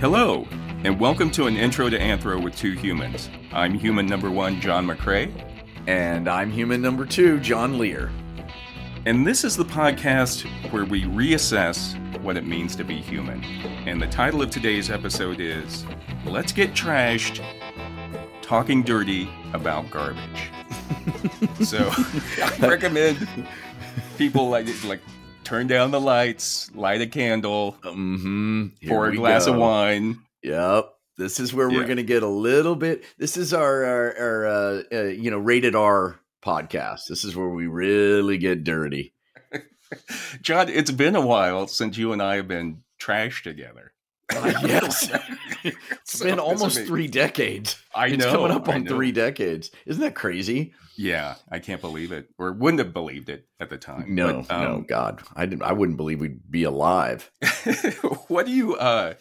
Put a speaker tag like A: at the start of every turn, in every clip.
A: Hello, and welcome to an intro to Anthro with two humans. I'm human number one, John McCrae, uh,
B: And I'm human number two, John Lear.
A: and this is the podcast where we reassess what it means to be human. And the title of today's episode is Let's Get Trashed Talking Dirty About Garbage. so I recommend people like, like turn down the lights, light a candle,
B: Mm-hmm. Here
A: pour a
B: we
A: glass of
B: go.
A: wine.
B: Yep. This is where we're
A: Yeah.
B: going to get a little bit. This is our, our, our uh, uh, you know, rated R podcast. This is where we really get dirty.
A: John, it's been a while since you and I have been trashed together.
B: yes. It's
A: So
B: been
A: this
B: almost
A: amazing.
B: three decades.
A: I
B: It's
A: know.
B: coming up
A: I
B: on
A: know.
B: three decades. Isn't that crazy?
A: Yeah, I can't believe it, or wouldn't have believed it at the time.
B: No,
A: But, um,
B: no, God, I didn't. I wouldn't believe we'd be alive.
A: what do you, uh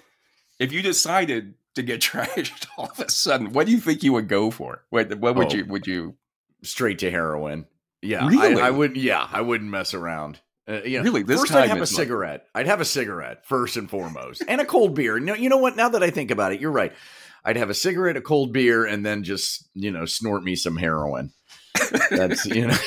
A: if you decided to get trashed all of a sudden? What do you think you would go for? What, what would
B: Oh.
A: you? Would you
B: straight to heroin. Yeah,
A: Really?
B: I, I wouldn't. Yeah, I wouldn't mess around. Uh, you know,
A: Really? This
B: first
A: time
B: I'd have a
A: it's like-
B: cigarette. I'd have a cigarette first and foremost, and a cold beer. No, you know what? Now that I think about it, you're right. I'd have a cigarette, a cold beer, and then just you know snort me some heroin. That's you know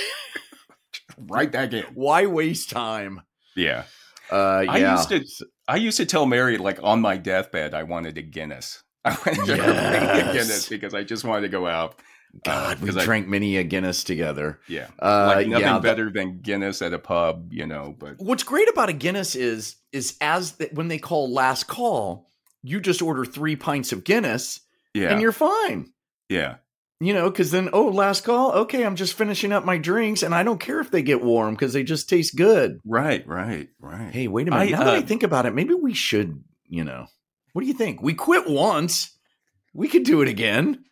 A: right back in?
B: why waste time.
A: Yeah,
B: Uh,
A: I
B: yeah,
A: used to. I used to tell Mary like on my deathbed, I wanted a Guinness. I wanted to drink a
B: Yes.
A: Guinness because I just wanted to go out. uh,
B: God, we
A: 'cause I-
B: drank many a Guinness together.
A: yeah,
B: Uh,
A: like nothing
B: yeah, that-
A: better than Guinness at a pub, you know. But
B: What's great about a Guinness is is as the, when they call last call, you just order three pints of Guinness and
A: yeah,
B: you're fine.
A: yeah,
B: you know, because then, oh, last call. Okay, I'm just finishing up my drinks, and I don't care if they get warm because they just taste good.
A: right, right, right.
B: Hey, wait a minute.
A: I,
B: now that I
A: uh,
B: think about it, maybe we should, you know, what do you think? We quit once. We could do it again.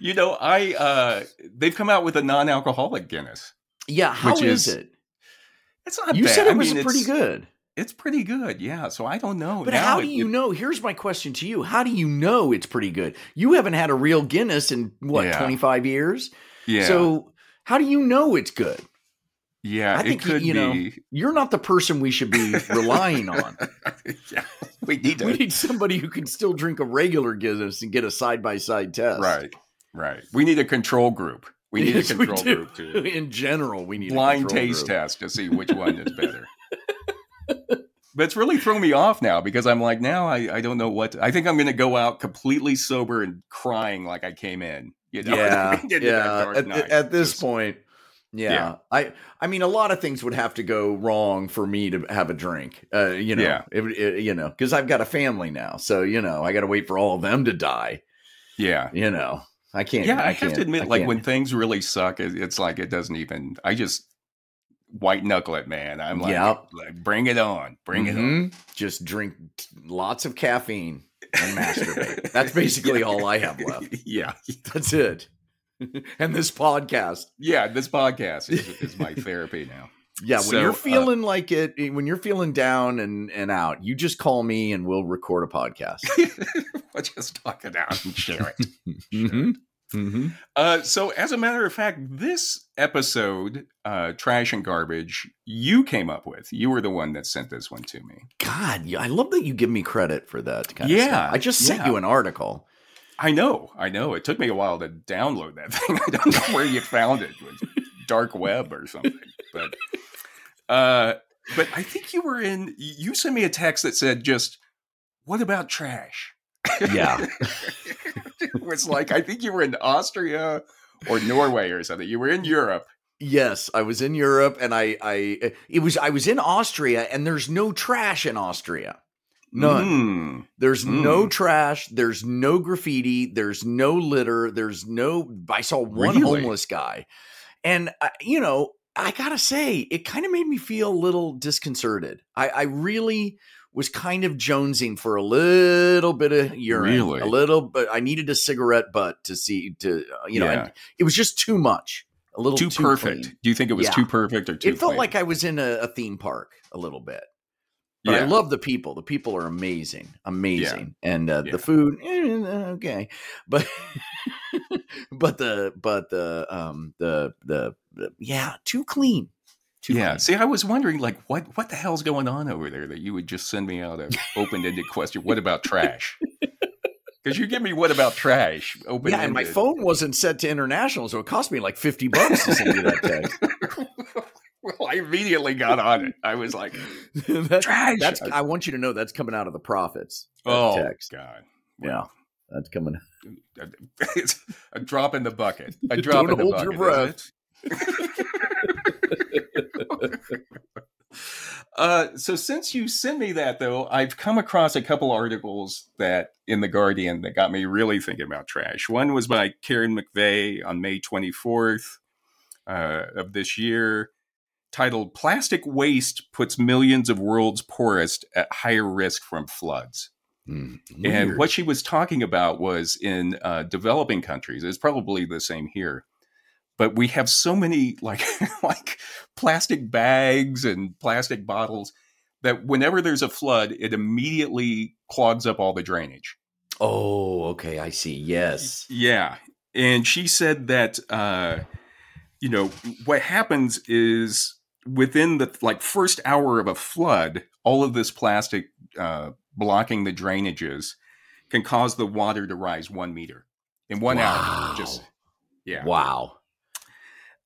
A: You know, I uh they've come out with a non-alcoholic Guinness.
B: Yeah. How
A: Which
B: is,
A: is
B: it?
A: It's not
B: You
A: bad.
B: said it
A: I
B: was
A: mean, it's-
B: pretty good.
A: It's pretty good, yeah. So I don't know.
B: But
A: Now
B: how
A: it-
B: do you know? Here's my question to you. How do you know it's pretty good? You haven't had a real Guinness in what,
A: Yeah.
B: 25 years?
A: Yeah,
B: So how do you know it's good?
A: yeah,
B: I
A: it
B: think, y-
A: could
B: you know,
A: be.
B: You're not the person we should be relying on.
A: yeah, we need to.
B: We need somebody who can still drink a regular Guinness and get a side by side test.
A: right, right. We need a control group. We need
B: Yes,
A: a
B: we
A: control
B: do.
A: group to
B: In general, we need a
A: blind
B: control
A: taste
B: group.
A: test to see which one is better. but it's really thrown me off now because I'm like, now I, I don't know what. I think I'm going to go out completely sober and crying like I came in. You know,
B: Yeah,
A: Didn't even have
B: yeah.
A: Dark
B: At,
A: Knight.
B: at this
A: Just-
B: point, yeah.
A: Yeah.
B: I I mean, a lot of things would have to go wrong for me to have a drink. Uh, you know,
A: Yeah.
B: it, it- you know, because I've got a family now, so you know, I got to wait for all of them to die.
A: Yeah.
B: You know, I can't.
A: Yeah, I, have
B: can't-
A: to admit,
B: I
A: like
B: can't.
A: when things really suck, it, it's like it doesn't even. I just white knuckle it, man. I'm like,
B: Yep.
A: like, bring it on, bring it on.
B: Mhm. Just drink t- lots of caffeine and masturbate. That's basically all I have left.
A: yeah,
B: That's it. and this podcast.
A: yeah. This podcast is, is my therapy now.
B: Yeah, when
A: So,
B: you're
A: uh,
B: feeling like it, eh, when you're feeling down and and out, you just call me and we'll record a podcast.
A: Let's just talk it out and share it. Mm-hmm.
B: Mhm. Mhm.
A: Uh, so, as a matter of fact, this episode, uh, trash and garbage, you came up with. You were the one that sent this one to me.
B: God, yeah, I love that you give me credit for that kind of
A: Yeah,
B: stuff. I just sent
A: yeah.
B: you an article.
A: I know, I know. It took me a while to download that thing. I don't know where you found it. It was dark web or something. But uh but I think you were in you sent me a text that said just what about trash?
B: Yeah.
A: it was like I think you were in Austria or Norway or something. You were in Europe.
B: Yes, I was in Europe and I I eh, it was I was in Austria and there's no trash in Austria. None.
A: Mm,
B: There's no
A: Mm.
B: trash. There's no graffiti. There's no litter. There's no. I saw one
A: Really?
B: homeless guy, and I, you know, I gotta say, it kind of made me feel a little disconcerted. I, I really was kind of jonesing for a little bit of urine,
A: Really?
B: a little, but I needed a cigarette butt to see to uh, you know,
A: Yeah.
B: and it was just too much, a little
A: too,
B: too,
A: perfect.
B: clean.
A: Do you think it was
B: Yeah.
A: too perfect or too
B: It felt
A: clean?
B: like I was in a, a theme park a little bit. But I
A: yeah.
B: love the people. The people are amazing, amazing, and uh,
A: Yeah.
B: the food eh, okay, but but the but the um the, the the yeah too clean,
A: Too yeah. Funny. See, I was wondering, like, what what the hell's going on over there that you would just send me out a open ended question? What about trash? Because you give me what about trash? Open.
B: Yeah, and my phone wasn't set to international, so it cost me like fifty bucks to send you that text.
A: well, I immediately got on it. I was like,
B: that's, trash. That's, I want you to know that's coming out of the profits.
A: Oh text. God.
B: Yeah, that's coming.
A: It's a drop in the bucket. A drop Don't in the hold bucket. Your breath. Uh, so since you sent me that though, I've come across a couple articles that in the Guardian that got me really thinking about trash. One was by Karen McVeigh on May 24th uh, of this year, titled "Plastic Waste Puts Millions of World's Poorest at Higher Risk from Floods." Mm, and what she was talking about was in uh, developing countries. It's probably the same here but we have so many like like plastic bags and plastic bottles that whenever there's a flood it immediately clogs up all the drainage
B: oh okay i see yes
A: yeah and she said that uh you know what happens is within the like first hour of a flood all of this plastic uh blocking the drainages can cause the water to rise one meter in one wow. hour just yeah
B: wow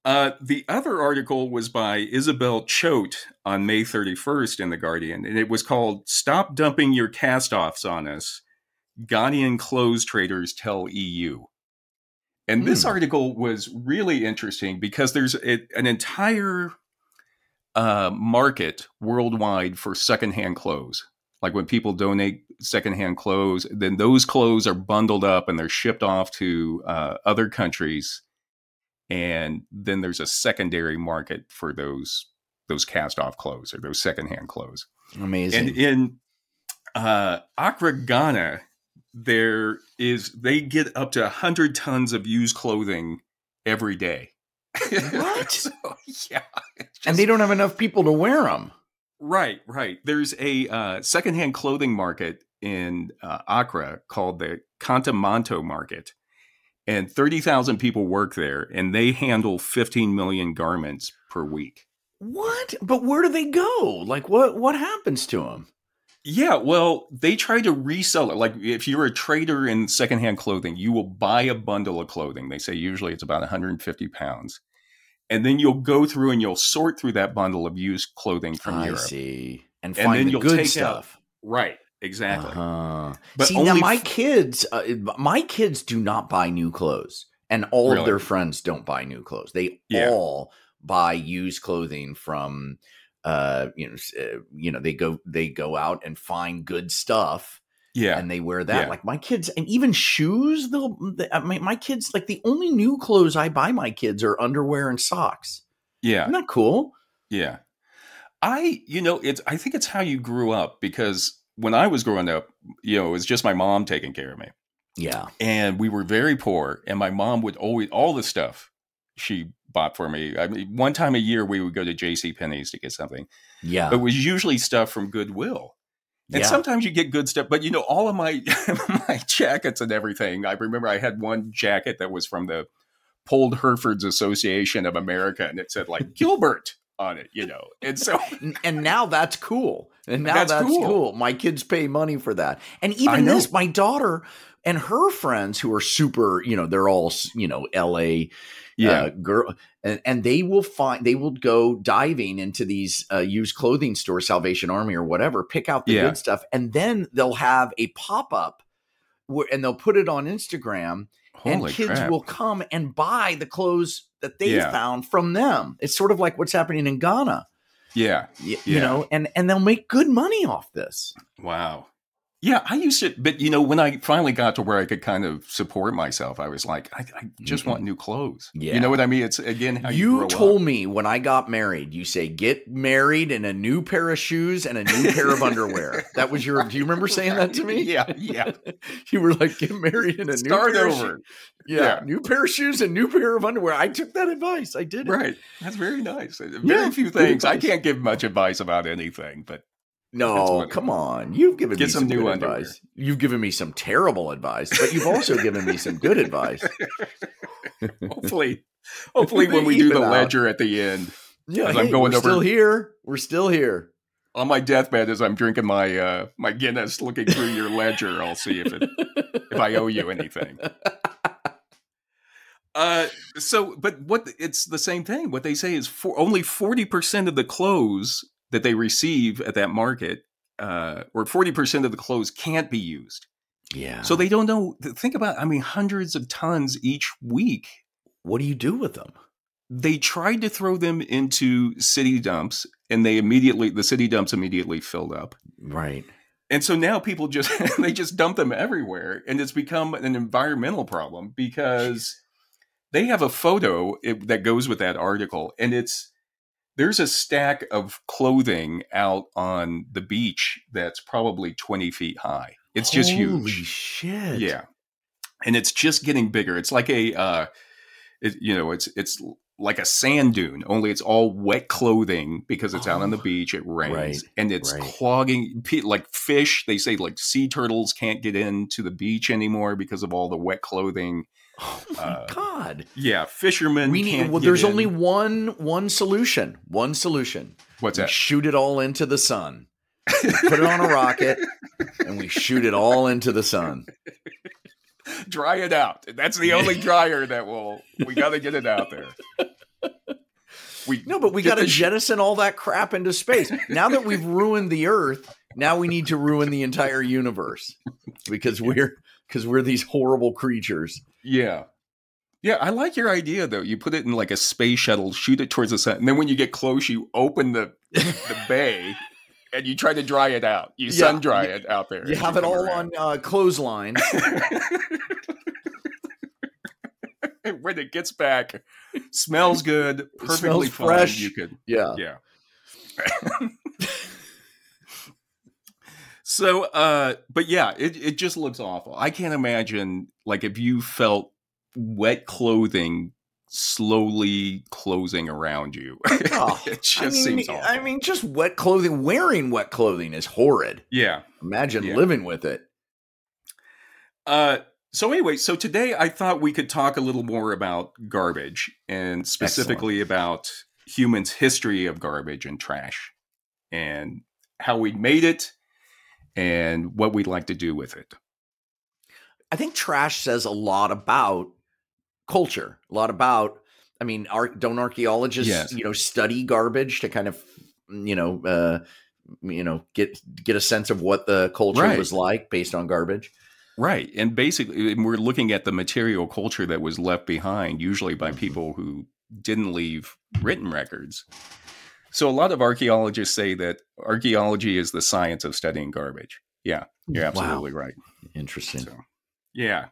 A: uh, the other article was by Isabel Choate on May 31st in The Guardian, and it was called Stop Dumping Your Cast Offs on Us Ghanaian Clothes Traders Tell EU. And mm. this article was really interesting because there's a, an entire uh, market worldwide for secondhand clothes. Like when people donate secondhand clothes, then those clothes are bundled up and they're shipped off to uh, other countries and then there's a secondary market for those those cast off clothes or those secondhand clothes.
B: Amazing.
A: And in uh, Accra, Ghana, there is they get up to hundred tons of used clothing every day.
B: What? so,
A: yeah,
B: just, and they don't have enough people to wear them.
A: Right, right. There's a uh, secondhand clothing market in uh, Accra called the Contamanto Market and 30,000 people work there and they handle 15 million garments per week.
B: What? But where do they go? Like what what happens to them?
A: Yeah, well, they try to resell it. Like if you're a trader in secondhand clothing, you will buy a bundle of clothing. They say usually it's about 150 pounds. And then you'll go through and you'll sort through that bundle of used clothing from
B: I
A: Europe.
B: see. And, and then the you'll take stuff.
A: Out, right. Exactly. Uh-huh.
B: But see, now my f- kids, uh, my kids do not buy new clothes, and all really? of their friends don't buy new clothes. They yeah. all buy used clothing from, uh, you know, uh, you know, they go they go out and find good stuff.
A: Yeah,
B: and they wear that. Yeah. Like my kids, and even shoes. They'll they, I mean, my kids like the only new clothes I buy my kids are underwear and socks.
A: Yeah,
B: isn't that cool?
A: Yeah, I you know it's I think it's how you grew up because when I was growing up, you know, it was just my mom taking care of me.
B: Yeah.
A: And we were very poor. And my mom would always, all the stuff she bought for me. I mean, one time a year we would go to JC Penney's to get something.
B: Yeah.
A: But it was usually stuff from Goodwill. And yeah. sometimes you get good stuff, but you know, all of my my jackets and everything. I remember I had one jacket that was from the Pold Herfords Association of America, and it said like Gilbert on it, you know. And so
B: and now that's cool. And now that's, that's cool. cool. My kids pay money for that. And even this my daughter and her friends who are super, you know, they're all, you know, LA yeah. Uh, girl and, and they will find they will go diving into these uh, used clothing stores, Salvation Army or whatever, pick out the yeah. good stuff and then they'll have a pop-up where, and they'll put it on Instagram Holy and kids crap. will come and buy the clothes that they yeah. found from them. It's sort of like what's happening in Ghana.
A: Yeah.
B: Y-
A: yeah.
B: You know, and and they'll make good money off this.
A: Wow. Yeah, I used to, but you know, when I finally got to where I could kind of support myself, I was like, I, I just mm-hmm. want new clothes. Yeah. You know what I mean? It's again
B: you,
A: you
B: told
A: up.
B: me when I got married, you say get married in a new pair of shoes and a new pair of underwear. That was your. Do you remember saying that to me?
A: Yeah, yeah.
B: you were like, get married in a
A: Start
B: new pair
A: over.
B: Of yeah, yeah, new pair of shoes and new pair of underwear. I took that advice. I did. It.
A: Right. That's very nice. Uh, Very yeah, few things. I can't give much advice about anything, but
B: no, come on. You've given
A: Get
B: me
A: some,
B: some
A: new
B: good
A: underwear.
B: advice. You've given me some terrible advice, but you've also given me some good advice.
A: hopefully, hopefully when we do the out. ledger at the end,
B: Yeah, hey, I'm going we're over, still here. We're still here.
A: On my deathbed, as I'm drinking my uh, my Guinness, looking through your ledger, I'll see if it if I owe you anything. Uh, so, but what it's the same thing. What they say is for, only forty percent of the clothes that they receive at that market, uh, or forty percent of the clothes can't be used.
B: Yeah.
A: So they don't know. Think about. I mean, hundreds of tons each week.
B: What do you do with them?
A: They tried to throw them into city dumps, and they immediately the city dumps immediately filled up.
B: Right.
A: And so now people just they just dump them everywhere, and it's become an environmental problem because they have a photo it, that goes with that article and it's there's a stack of clothing out on the beach that's probably 20 feet high it's just
B: Holy
A: huge
B: shit
A: yeah and it's just getting bigger it's like a uh it, you know it's it's like a sand dune only it's all wet clothing because it's oh, out on the beach it rains right, and it's right. clogging like fish they say like sea turtles can't get into the beach anymore because of all the wet clothing
B: Oh my uh, god!
A: Yeah, fishermen.
B: We need. Well, there's in. only one one solution. One solution.
A: What's
B: we
A: that?
B: Shoot it all into the sun. We put it on a rocket, and we shoot it all into the sun.
A: Dry it out. That's the only dryer that will. We got to get it out there.
B: We no, but we got to jettison all that crap into space. Now that we've ruined the Earth, now we need to ruin the entire universe because we're because we're these horrible creatures.
A: Yeah. Yeah, I like your idea though. You put it in like a space shuttle, shoot it towards the sun, and then when you get close, you open the the bay and you try to dry it out. You yeah, sun dry it out there.
B: You have it all around. on uh, clothesline.
A: when it gets back, smells good, perfectly smells
B: fresh.
A: You could,
B: yeah,
A: yeah. So, uh, but yeah, it, it just looks awful. I can't imagine like if you felt wet clothing slowly closing around you.
B: Oh,
A: it just I mean, seems awful.
B: I mean, just wet clothing, wearing wet clothing is horrid.
A: Yeah.
B: Imagine
A: yeah.
B: living with it.
A: Uh, so anyway, so today I thought we could talk a little more about garbage and specifically Excellent. about humans' history of garbage and trash and how we made it and what we'd like to do with it.
B: I think trash says a lot about culture, a lot about. I mean, ar- don't archaeologists,
A: yes.
B: you know, study garbage to kind of, you know, uh, you know, get get a sense of what the culture
A: right.
B: was like based on garbage.
A: Right, and basically, eh, and we're looking at the material culture that was left behind, usually by people who didn't leave written records. So a lot of archaeologists say that archaeology is the science of studying garbage. Yeah, you're absolutely
B: wow.
A: right.
B: Interesting. So,
A: yeah.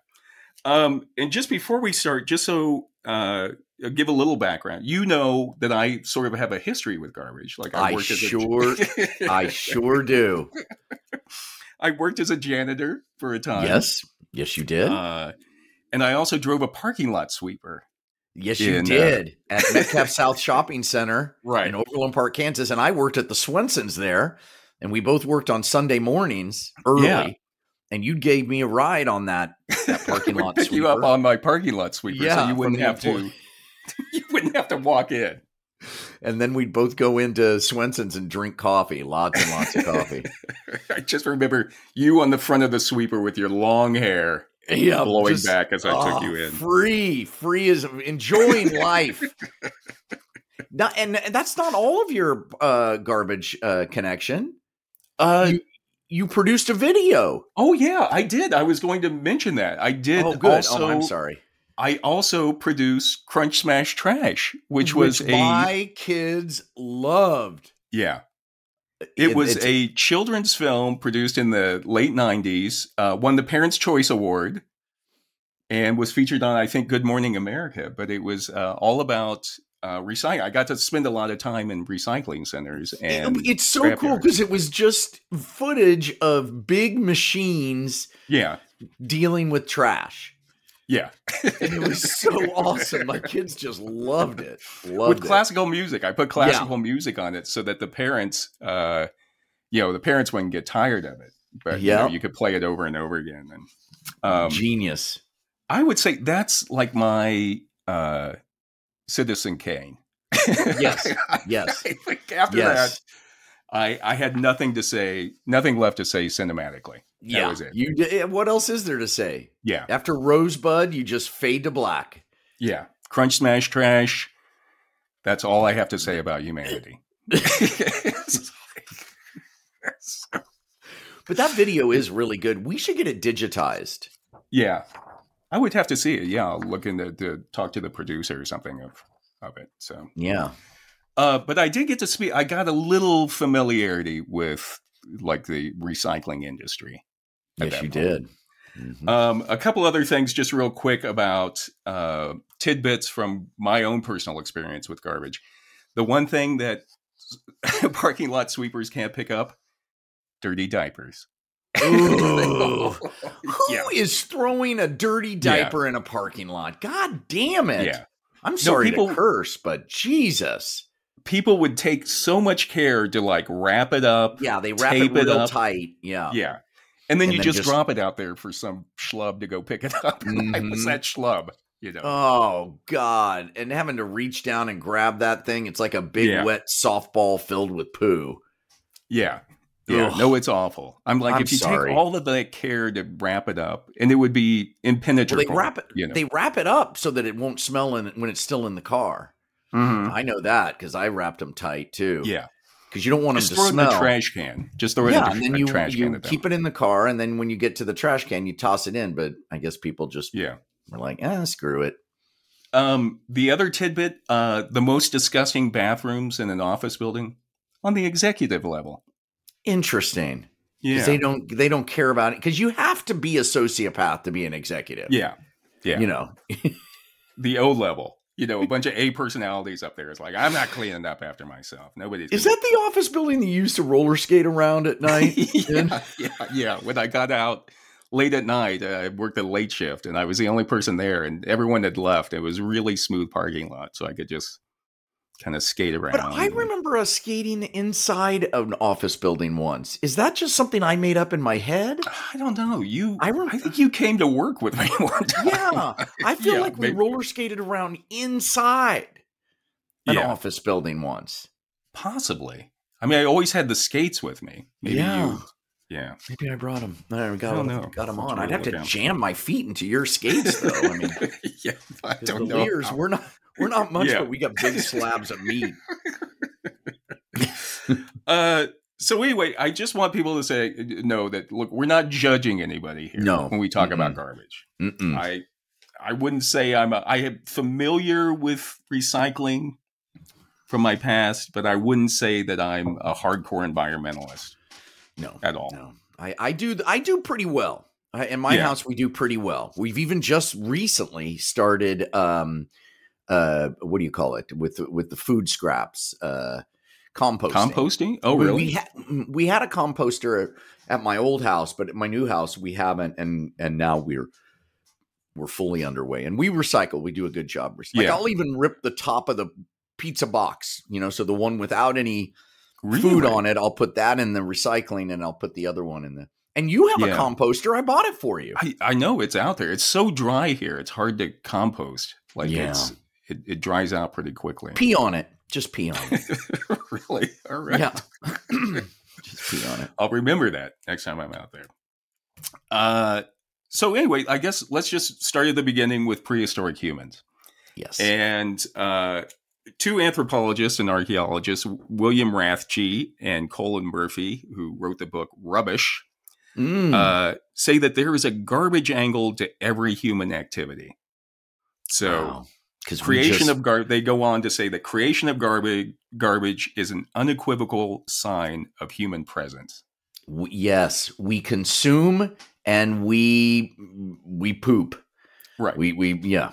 A: Um, and just before we start, just so uh, give a little background, you know that I sort of have a history with garbage. Like I,
B: I
A: worked
B: sure,
A: as a...
B: I sure do.
A: I worked as a janitor for a time.
B: Yes, yes, you did.
A: Uh, and I also drove a parking lot sweeper
B: Yes, you
A: in,
B: did at Metcalf South Shopping Center
A: Right.
B: in Overland Park, Kansas. And I worked at the Swensons there, and we both worked on Sunday mornings early.
A: Yeah.
B: And you gave me a ride on that, that parking
A: Would
B: lot
A: pick
B: sweeper.
A: you up on my parking lot sweeper, so
B: Yeah,
A: you wouldn't
B: from the
A: have to. you wouldn't have to walk in.
B: and then we'd both go into Swenson's and drink coffee, lots and lots of coffee.
A: I just remember you on the front of the sweeper with your long hair
B: Yeah,
A: blowing
B: just-
A: back as I
B: Ah,
A: took you in.
B: Free, free is enjoying life. Not, and that's not all of your uh, garbage uh, connection.
A: Uh,
B: you, you produced a video.
A: oh yeah, I did. I was going to mention that. I did.
B: Oh, good.
A: Also,
B: oh, I'm sorry.
A: I also produced Crunch Smash Trash, which was a
B: my kids loved.
A: yeah. It was
B: it's-
A: a children's film produced in the late 90s, uh, won the Parents' Choice Award, and was featured on, I think, Good Morning America. But it was uh, all about uh, recycling. I got to spend a lot of time in recycling centers. And
B: It- it's so
A: scrap
B: cool
A: yards.
B: because it was just footage of big machines
A: yeah,
B: dealing with trash.
A: yeah.
B: And it was so awesome. My kids just loved it. Loved
A: With
B: it.
A: classical music. I put classical music on it so that the parents, uh, you know, the parents wouldn't get tired of it. But you, know,
B: Yeah.
A: you could play it over and over again. And um,
B: Genius.
A: I would say that's like my uh, Citizen Kane.
B: yes. Yes.
A: After yes. that, I, I had nothing to say, nothing left to say cinematically. That
B: yeah. You did, what else is there to say?
A: Yeah.
B: After Rosebud, you just fade to black.
A: Yeah. Crunch smash trash. That's all I have to say about humanity.
B: but that video is really good. We should get it digitized.
A: Yeah. I would have to see it. Yeah, I'll look into to talk to the producer or something of of it. So
B: yeah,
A: uh, but I did get to speak. I got a little familiarity with like the recycling industry.
B: Yes, you point. did.
A: Mm-hmm. Um, a couple other things, just real quick about uh, tidbits from my own personal experience with garbage. The one thing that parking lot sweepers can't pick up: dirty diapers.
B: Mm-hmm. Who yeah. is throwing a dirty diaper yeah. in a parking lot? God damn it. Yeah. I'm sorry no, people, to curse, but Jesus.
A: People would take so much care to like wrap it up.
B: Yeah, they wrap it real it tight. Yeah.
A: Yeah. And then and you then just, just, drop it out there for some schlub to go pick it up. mm mm-hmm. was that schlub? You know.
B: Oh God. And having to reach down and grab that thing, it's like a big yeah. wet softball filled with poo.
A: Yeah. Yeah, Ugh. no, it's awful. I'm like, I'm if you sorry. take all of that care to wrap it up, and it would be impenetrable.
B: Well, they wrap it. You know? They wrap it up so that it won't smell in, when it's still in the car. Mm-hmm. I know that because I wrapped them tight too.
A: Yeah,
B: because you don't want
A: Just
B: them to smell.
A: in the trash can. Just throw it. Yeah, in the, and then
B: you,
A: trash
B: you
A: can
B: keep it in the car, and then when you get to the trash can, you toss it in. But I guess people just
A: yeah
B: were like, ah, screw it.
A: Um, the other tidbit: uh, the most disgusting bathrooms in an office building on the executive level
B: interesting yeah they don't they don't care about it because you have to be a sociopath to be an executive
A: yeah yeah
B: you know
A: the o level you know a bunch of a personalities up there is like i'm not cleaning up after myself nobody's
B: is that the office building that you used to roller skate around at night
A: yeah, yeah yeah when i got out late at night uh, i worked a late shift and i was the only person there and everyone had left it was really smooth parking lot so i could just kind of skate around.
B: But I remember us skating inside an office building once. Is that just something I made up in my head?
A: I don't know. You, I, rem- I think you came to work with me one time.
B: Yeah, I feel yeah, like we maybe. roller skated around inside an yeah. office building once.
A: Possibly. I mean, I always had the skates with me. Maybe yeah. You, yeah.
B: Maybe I brought them. I got, I them, know. got them on. I'd have to jam my feet into your skates, though. I mean,
A: yeah, I don't know.
B: Leers, we're not we're not much, yeah. but we got big slabs of meat.
A: uh, so anyway, I just want people to say uh, know that look, we're not judging anybody here.
B: No, Mm.
A: when we talk Mm-mm. about garbage,
B: Mm-mm.
A: I I wouldn't say I'm a, I am familiar with recycling from my past, but I wouldn't say that I'm a hardcore environmentalist.
B: No,
A: at all.
B: No, I I do I do pretty well. I, in my yeah. house, we do pretty well. We've even just recently started. Um, uh what do you call it with with the food scraps uh composting
A: composting oh really
B: we, ha- we had a composter at my old house but at my new house we haven't and and now we're we're fully underway and we recycle we do a good job like yeah. i'll even rip the top of the pizza box you know so the one without any really? food on it i'll put that in the recycling and i'll put the other one in the and you have yeah. a composter i bought it for you
A: I, I know it's out there it's so dry here it's hard to compost like yeah. it's it, it, dries out pretty quickly.
B: Pee on it. Just pee on it.
A: really? All right.
B: Yeah. Just pee on it.
A: I'll remember that next time I'm out there. Uh, so anyway, I guess let's just start at the beginning with prehistoric humans.
B: Yes.
A: And uh, two anthropologists and archaeologists, William Rathje and Colin Murphy, who wrote the book Rubbish,
B: mm.
A: uh, say that there is a garbage angle to every human activity. So. Wow because creation just, of garbage they go on to say that creation of garbage garbage is an unequivocal sign of human presence
B: w- yes we consume and we we poop
A: right
B: we we yeah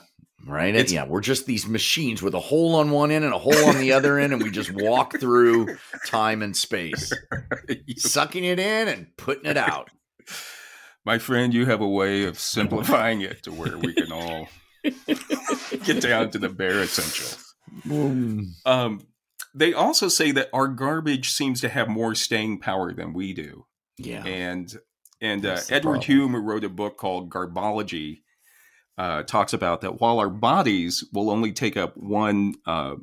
B: right it's, yeah we're just these machines with a hole on one end and a hole on the other end and we just walk through time and space sucking it in and putting it out
A: my friend you have a way of simplifying it to where we can all get down to the bare essentials.
B: Mm.
A: Um, they also say that our garbage seems to have more staying power than we do.
B: Yeah,
A: and and uh, Edward problem. Hume, who wrote a book called Garbology, uh, talks about that while our bodies will only take up one uh,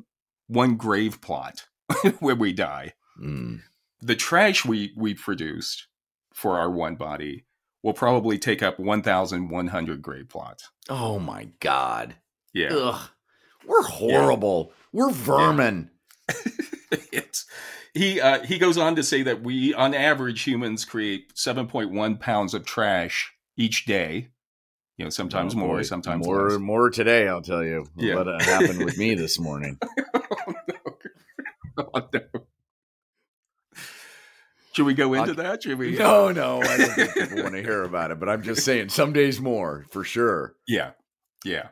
A: one grave plot where we die.
B: Mm.
A: The trash we we produced for our one body will probably take up 1,100 grave plots.
B: Oh my god.
A: Yeah.
B: Ugh. We're horrible. Yeah. We're vermin.
A: Yeah. it's he uh, he goes on to say that we on average humans create 7.1 pounds of trash each day you know sometimes oh, more sometimes
B: more
A: less.
B: more today i'll tell you yeah. what uh, happened with me this morning
A: oh, no. Oh, no. Should we go into I, that? Should we?
B: No, no, I don't think people want to hear about it. But I'm just saying, some days more for sure.
A: Yeah, yeah.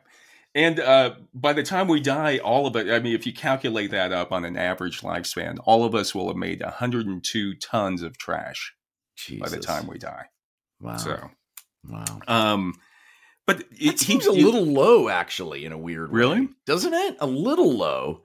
A: And uh, by the time we die, all of it, I mean, if you calculate that up on an average lifespan, all of us will have made 102 tons of trash Jesus. by the time we die.
B: Wow.
A: So,
B: wow.
A: Um, but it
B: seems a little low, actually, in a weird
A: really?
B: Way, doesn't it? A little low.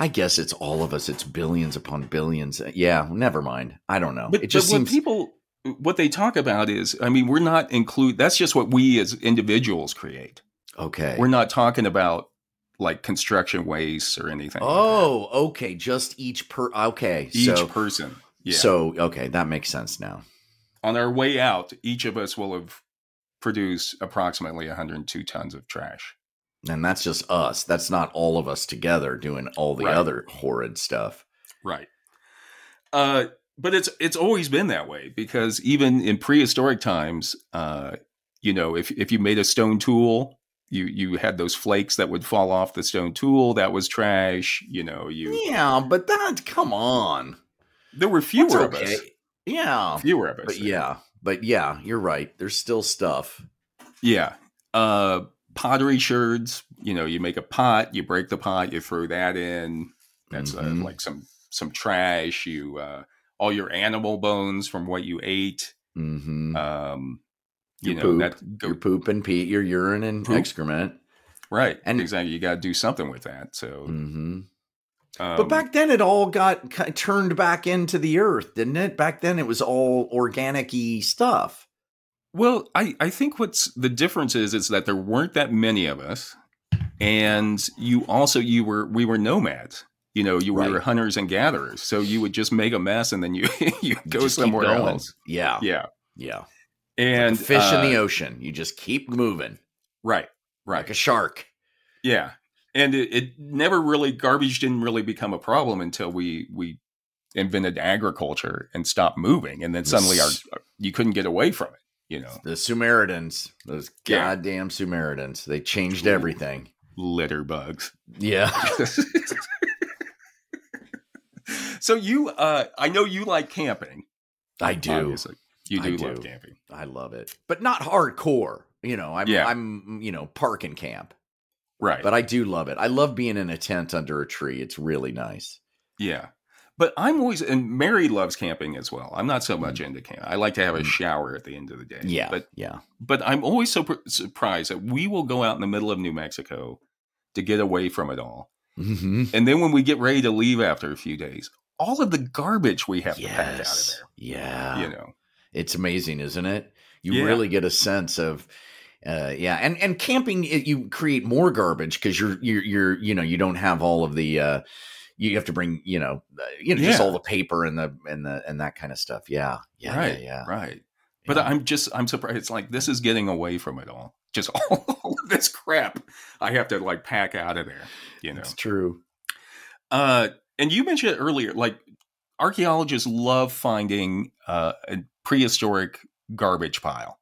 B: I guess it's all of us. It's billions upon billions. Yeah, never mind. I don't know.
A: But,
B: it just
A: but
B: seems
A: people what they talk about is, I mean, we're not include. That's just what we as individuals create.
B: Okay.
A: We're not talking about like construction waste or anything.
B: Oh, like okay. Just each per. Okay,
A: each so, person. Yeah.
B: So okay, that makes sense now.
A: On our way out, each of us will have produced approximately 102 tons of trash.
B: And that's just us. That's not all of us together doing all the
A: right.
B: other horrid stuff.
A: Right. Uh, but it's it's always been that way because even in prehistoric times, uh, you know, if if you made a stone tool, you you had those flakes that would fall off the stone tool. That was trash. You know, you
B: yeah. But that come on,
A: there were fewer okay. of us.
B: Yeah,
A: fewer of us.
B: Um, But then. yeah, but yeah, you're right. There's still stuff.
A: Yeah. Uh, pottery sherds you know you make a pot you break the pot you throw that in that's mm-hmm. uh, like some some trash you uh all your animal bones from what you ate
B: mm-hmm.
A: um
B: you your know poop. that go- your poop and pee your urine and poop. excrement
A: right and exactly you got to do something with that so
B: mm-hmm. Um, but back then, it all got kind of turned back into the earth, didn't it? Back then, it was all organic-y stuff.
A: Well, I, I think what's the difference is is that there weren't that many of us, and you also you were we were nomads. You know, you right. were hunters and gatherers, so you would just make a mess and then you you go just somewhere else.
B: Yeah,
A: yeah,
B: yeah.
A: And
B: like fish uh, in the ocean, you just keep moving.
A: Right, right.
B: Like a shark.
A: Yeah, and it, it never really garbage didn't really become a problem until we we invented agriculture and stopped moving, and then suddenly our you couldn't get away from it you know
B: the Sumeridans, those yeah. goddamn Sumeridans, they changed everything.
A: Litter bugs.
B: Yeah.
A: so you, uh, I know you like camping.
B: I do.
A: Obviously. You do, I do love camping.
B: I love it, but not hardcore. You know, I'm, yeah. I'm, you know, park and camp.
A: Right.
B: But I do love it. I love being in a tent under a tree. It's really nice.
A: Yeah. But I'm always and Mary loves camping as well. I'm not so much into camp. I like to have a shower at the end of the day.
B: Yeah,
A: but
B: yeah.
A: But I'm always so pr- surprised that we will go out in the middle of New Mexico to get away from it all,
B: mm-hmm.
A: and then when we get ready to leave after a few days, all of the garbage we have yes. to pack out of there.
B: Yeah,
A: you know,
B: it's amazing, isn't it? You yeah. really get a sense of uh, yeah, and and camping, it, you create more garbage because you're you're you're you know you don't have all of the. Uh, you have to bring you know uh, you know yeah. just all the paper and the and the and that kind of stuff yeah yeah
A: right
B: yeah, yeah.
A: right but yeah. i'm just i'm surprised it's like this is getting away from it all just all, all of this crap i have to like pack out of there you know
B: it's true
A: uh and you mentioned earlier like archaeologists love finding uh, a prehistoric garbage pile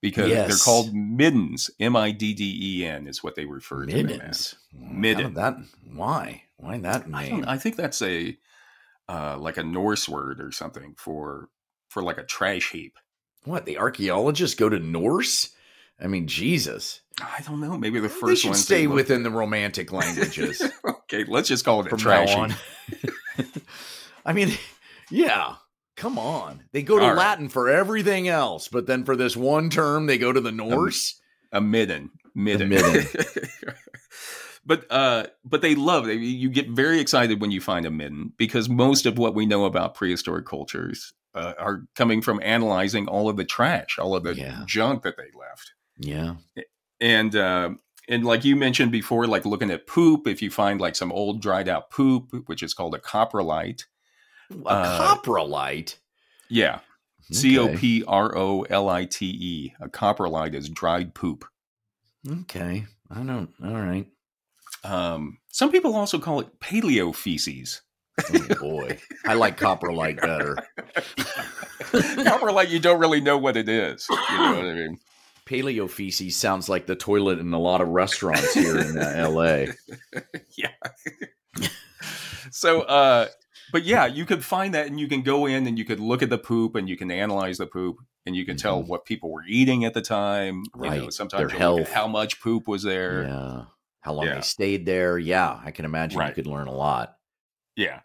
A: because yes. they're called middens m-i-d-d-e-n E is what they refer to
B: middens
A: midden
B: that why why that name?
A: I, I, think that's a uh, like a Norse word or something for for like a trash heap.
B: What the archaeologists go to Norse? I mean, Jesus.
A: I don't know. Maybe the first
B: they should
A: ones
B: stay within the Romantic languages.
A: okay, let's just call it From a trash heap.
B: I mean, yeah. Come on. They go to All Latin right. for everything else, but then for this one term, they go to
A: Um,
B: the Norse.
A: A, a midden. Midden. midden. but uh, but they love it. You get very excited when you find a midden because most of what we know about prehistoric cultures uh, are coming from analyzing all of the trash, all of the
B: yeah.
A: junk that they left.
B: Yeah,
A: and uh, and like you mentioned before, like looking at poop, if you find like some old dried out poop, which is called a coprolite.
B: A uh, coprolite?
A: Yeah. C O P R O L I T E. A coprolite is dried poop.
B: Okay. I don't. All right.
A: Um, some people also call it paleo feces.
B: Oh boy, I like coprolite better.
A: coprolite, you don't really know what it is. You know what I mean?
B: Paleo feces sounds like the toilet in a lot of restaurants here in uh, L.A.
A: Yeah. so, uh, but yeah, you could find that, and you can go in and you could look at the poop, and you can analyze the poop, and you can tell mm-hmm. what people were eating at the time.
B: Right. You know,
A: sometimes how much poop was there.
B: Yeah. How long yeah. they stayed there. Yeah, I can imagine right. you could learn a lot.
A: Yeah.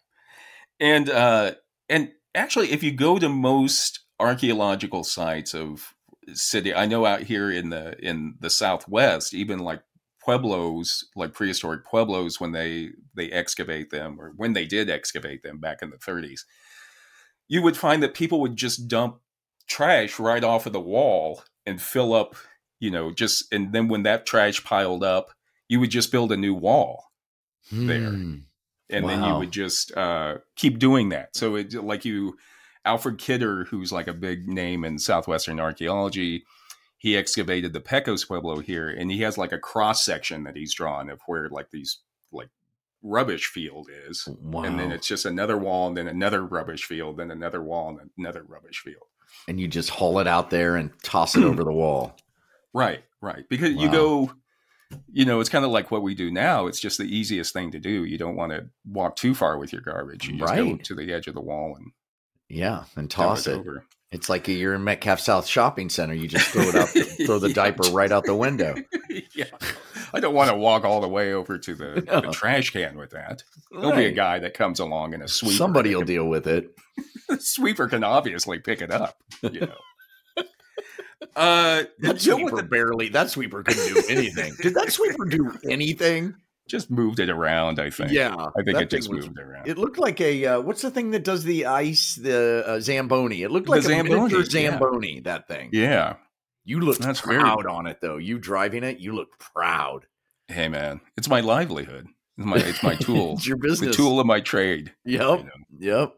A: And uh and actually if you go to most archaeological sites of city I know out here in the in the southwest even like pueblos like prehistoric pueblos when they they excavate them or when they did excavate them back in the 30s you would find that people would just dump trash right off of the wall and fill up you know just and then when that trash piled up you would just build a new wall hmm. there and wow. then you would just uh, keep doing that. So it like you, Alfred Kidder, who's like a big name in southwestern archaeology, he excavated the Pecos Pueblo here, and he has like a cross section that he's drawn of where like these like rubbish field is, wow. and then it's just another wall, and then another rubbish field, then another wall, and another rubbish field.
B: And you just haul it out there and toss it over the wall.
A: Right, right. Because wow. you go you know, it's kind of like what we do now. It's just the easiest thing to do. You don't want to walk too far with your garbage. You just right. go to the edge of the wall and
B: yeah, and toss it. it. It's like you're in Metcalf South Shopping Center. You just throw it out, throw the yeah. diaper right out the window.
A: yeah, I don't want to walk all the way over to the, no. the trash can with that. There'll right. be a guy that comes along and a sweeper.
B: Somebody will can, deal with it.
A: the sweeper can obviously pick it up. You know. Uh,
B: that sweeper the- barely. That sweeper couldn't do anything. Did that sweeper do anything?
A: Just moved it around. I think.
B: Yeah,
A: I think it just was, moved it around.
B: It looked like a uh, what's the thing that does the ice? The uh, zamboni. It looked like the a zamboni. Zamboni. Yeah. That thing.
A: Yeah.
B: You looked That's proud very... on it though. You driving it. You look proud.
A: Hey man, it's my livelihood. It's my it's my tool.
B: it's your business.
A: The tool of my trade.
B: Yep. You know? Yep.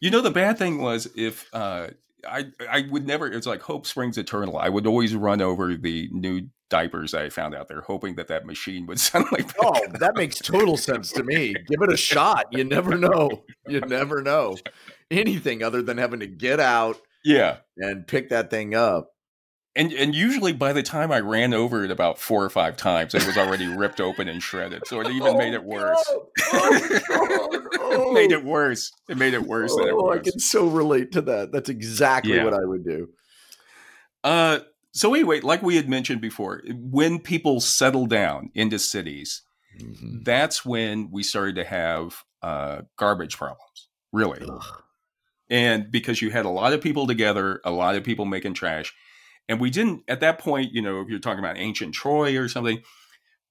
A: You know the bad thing was if uh I I would never. It's like hope springs eternal. I would always run over the new diapers I found out there, hoping that that machine would suddenly.
B: Oh, that up. makes total sense to me. Give it a shot. You never know. You never know anything other than having to get out.
A: Yeah,
B: and pick that thing up.
A: And and usually by the time I ran over it about four or five times, it was already ripped open and shredded. So it even oh, made it worse. God. Oh, God. Oh. made it worse. It made it worse than it was.
B: Oh, I can so relate to that. That's exactly yeah. what I would do.
A: Uh so anyway, like we had mentioned before, when people settle down into cities, mm-hmm. that's when we started to have uh, garbage problems, really. Ugh. And because you had a lot of people together, a lot of people making trash. And we didn't, at that point, you know, if you're talking about ancient Troy or something,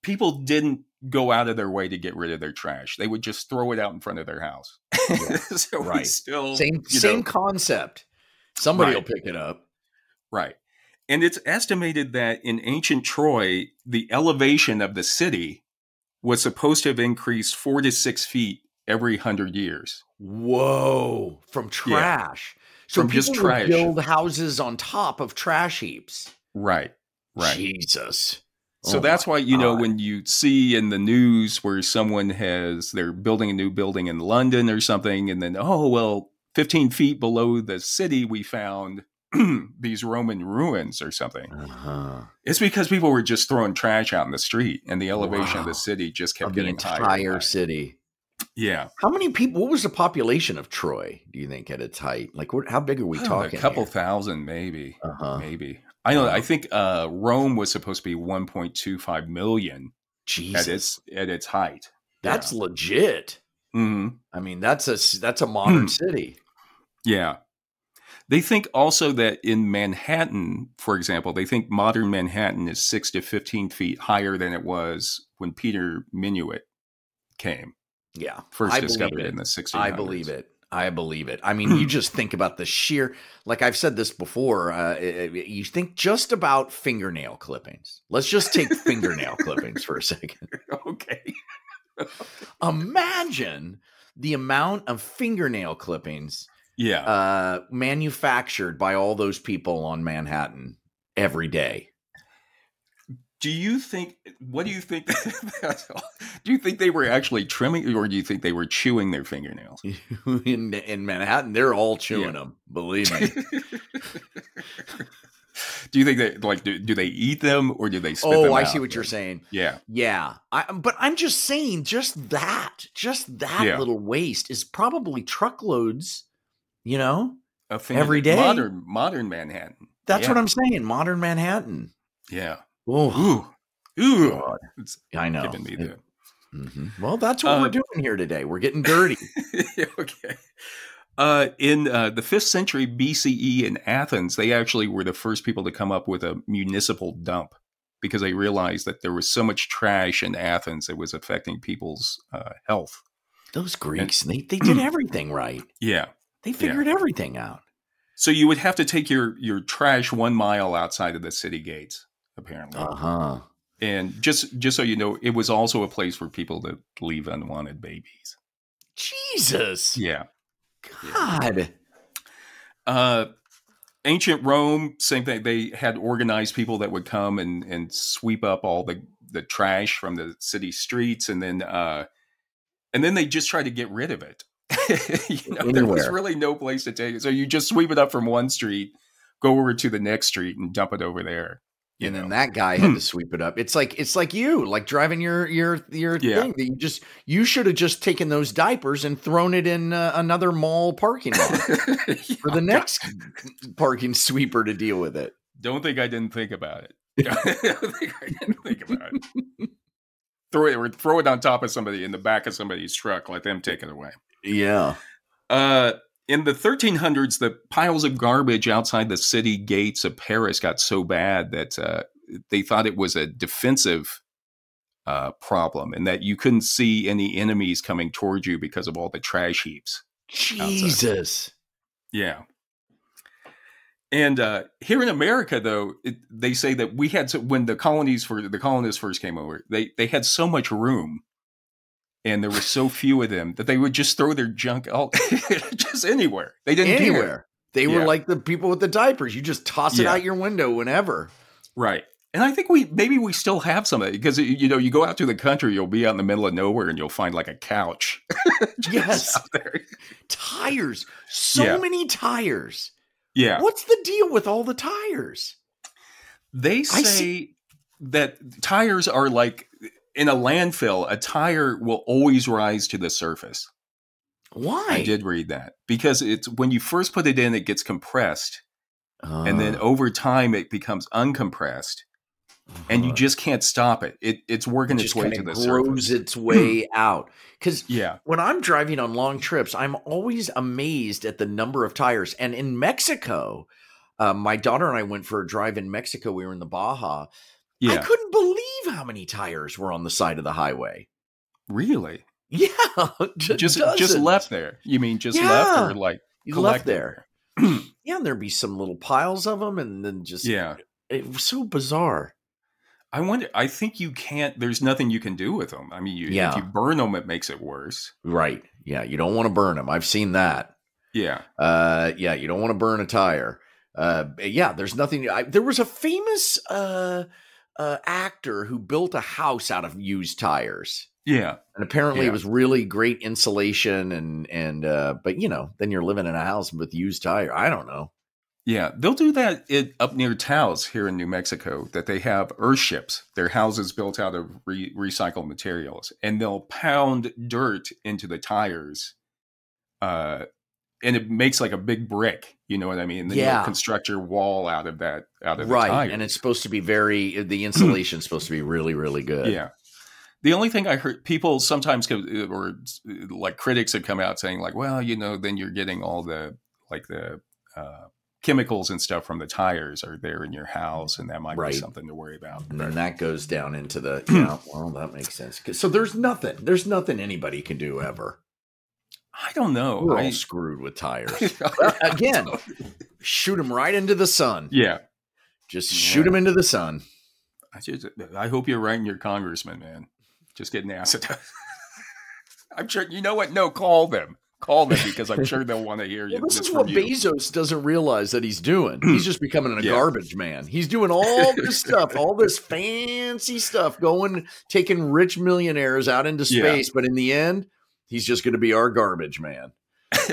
A: people didn't go out of their way to get rid of their trash. They would just throw it out in front of their house. Yeah. so right. still
B: same same know, concept. Somebody right. will pick it up.
A: Right. And it's estimated that in ancient Troy, the elevation of the city was supposed to have increased four to six feet every hundred years.
B: Whoa. From trash. Yeah. So
A: from just trash.
B: build houses on top of trash heaps.
A: Right. Right.
B: Jesus.
A: So oh that's why you God. know when you see in the news where someone has they're building a new building in London or something, and then oh well, fifteen feet below the city we found these Roman ruins or something. Uh-huh. It's because people were just throwing trash out in the street, and the elevation wow. of the city just kept of getting
B: the entire higher.
A: city. Yeah.
B: How many people? What was the population of Troy? Do you think at its height? Like, what, how big are we oh, talking?
A: A couple
B: here?
A: thousand, maybe. Uh-huh. Maybe. I know. I think uh, Rome was supposed to be 1.25 million.
B: Jesus.
A: At its at its height.
B: That's yeah. legit.
A: Mm-hmm.
B: I mean, that's a that's a
A: Hmm.
B: modern city.
A: Yeah. They think also that in Manhattan, for example, they think modern Manhattan is six to 15 feet higher than it was when Peter Minuit came.
B: Yeah.
A: First I discovered in the 1600s. I
B: believe it. I believe it. I
A: Hmm.
B: mean, you just think about the sheer, like I've said this before, uh, you think just about fingernail clippings. Let's just take fingernail clippings for a second.
A: Okay.
B: Imagine the amount of fingernail clippings
A: yeah.
B: uh, manufactured by all those people on Manhattan every day.
A: Do you think? What do you think? do you think they were actually trimming, or do you think they were chewing their fingernails?
B: in in Manhattan, they're all chewing yeah. them. Believe me.
A: do you think they like? Do, do they eat them, or do they?
B: oh, I
A: out?
B: see what you're saying.
A: Yeah,
B: yeah. I, um, but I'm just saying, just that, just that yeah. little waste is probably truckloads. You know, every day.
A: Modern modern Manhattan.
B: That's yeah. what I'm saying. Modern Manhattan.
A: Yeah.
B: Oh,
A: ooh, ooh.
B: I know. Giving me the... Mm-hmm. Well, that's what uh, we're doing here today. We're getting dirty.
A: okay. Uh, in uh, the fifth century BCE in Athens, they actually were the first people to come up with a municipal dump because they realized that there was so much trash in Athens that was affecting people's uh, health.
B: Those Greeks, and, they, they did everything right.
A: Yeah.
B: They figured yeah. everything out.
A: So you would have to take your, your trash one mile outside of the city gates apparently.
B: Uh huh.
A: And just just so you know, it was also a place for people to leave unwanted babies.
B: Jesus.
A: Yeah.
B: God. Yeah.
A: Uh, ancient Rome, same thing. They had organized people that would come and and sweep up all the the trash from the city streets, and then uh, and then they just try to get rid of it. you know, Anywhere. there was really no place to take it, so you just sweep it up from one street, go over to the next street, and dump it over there
B: and then that guy had to sweep it up. It's like it's like you, like driving your your your yeah. thing that you just you should have just taken those diapers and thrown it in uh, another mall parking lot yeah. for the next parking sweeper to deal with it.
A: Don't think I didn't think about it. Don't think I didn't think about it. throw it or throw it on top of somebody in the back of somebody's truck. Let them take it away.
B: Yeah.
A: Uh, in the 1300s, the piles of garbage outside the city gates of Paris got so bad that uh, they thought it was a defensive uh, problem and that you couldn't see any enemies coming towards you because of all the trash heaps.
B: Jesus.
A: Outside. Yeah. And uh, here in America, though, it, they say that we had to, when the colonies for the colonists first came over, they they had so much room and there were so few of them that they would just throw their junk out just anywhere. They didn't anywhere. Care.
B: They yeah. were like the people with the diapers. You just toss it yeah. out your window whenever.
A: Right. And I think we maybe we still have some of it because you know you go out to the country, you'll be out in the middle of nowhere, and you'll find like a couch.
B: yes, tires. So yeah. many tires.
A: Yeah.
B: What's the deal with all the tires?
A: They say see- that tires are like in a landfill, a tire will always rise to the surface.
B: Why?
A: I did read that because it's when you first put it in, it gets compressed, uh, and then over time it becomes uncompressed, uh-huh. and you just can't stop it. It it's working it its way to the
B: grows
A: surface. Hmm.
B: its way out. Because
A: yeah,
B: when I'm driving on long trips, I'm always amazed at the number of tires. And in Mexico, uh, my daughter and I went for a drive in Mexico. We were in the Baja, yeah. I couldn't believe how many tires were on the side of the highway.
A: Really?
B: Yeah.
A: Just dozens. just left there. You mean just yeah. left or like
B: left there? yeah, and there'd be some little piles of them, and then just
A: yeah,
B: it was so bizarre.
A: I wonder. I think you can't. There's nothing you can do with them. I mean, you, yeah. if you burn them, it makes it worse.
B: Right. Yeah. You don't want to burn them. I've seen that.
A: Yeah.
B: Uh. Yeah. You don't want to burn a tire. Uh. Yeah. There's nothing. I, there was a famous. Uh. Uh, actor who built a house out of used tires.
A: Yeah,
B: and apparently
A: yeah.
B: it was really great insulation and and uh, but you know then you're living in a house with used tire. I don't know.
A: Yeah, they'll do that it, up near Taos here in New Mexico. That they have earthships, their houses built out of re- recycled materials, and they'll pound dirt into the tires. Uh, and it makes like a big brick. You know what I mean? And then
B: yeah.
A: you construct your wall out of that out of
B: right. and it's supposed to be very uh, the insulation's supposed to be really really good.
A: Yeah. The only thing I heard people sometimes come, uh, or like critics have come out saying like, well, you know, then you're getting all the like the uh, chemicals and stuff from the tires are there in your house, and that might right. be something to worry about.
B: And then that goes down into the yeah. well, that makes sense. So there's nothing. There's nothing anybody can do ever.
A: I don't know.
B: We're
A: I,
B: all screwed with tires. Again, shoot them right into the sun.
A: yeah.
B: Just shoot them into the sun.
A: I just, I hope you're writing your congressman, man. Just get NASA. To, I'm sure you know what. No, call them. Call them because I'm sure they'll want to hear you.
B: Well, this is
A: from
B: what
A: you.
B: Bezos doesn't realize that he's doing. He's just becoming a
A: Yeah.
B: garbage man. He's doing all this stuff, all this fancy stuff, going taking rich millionaires out into
A: Yeah.
B: space, but in the end, he's just going to be our garbage man.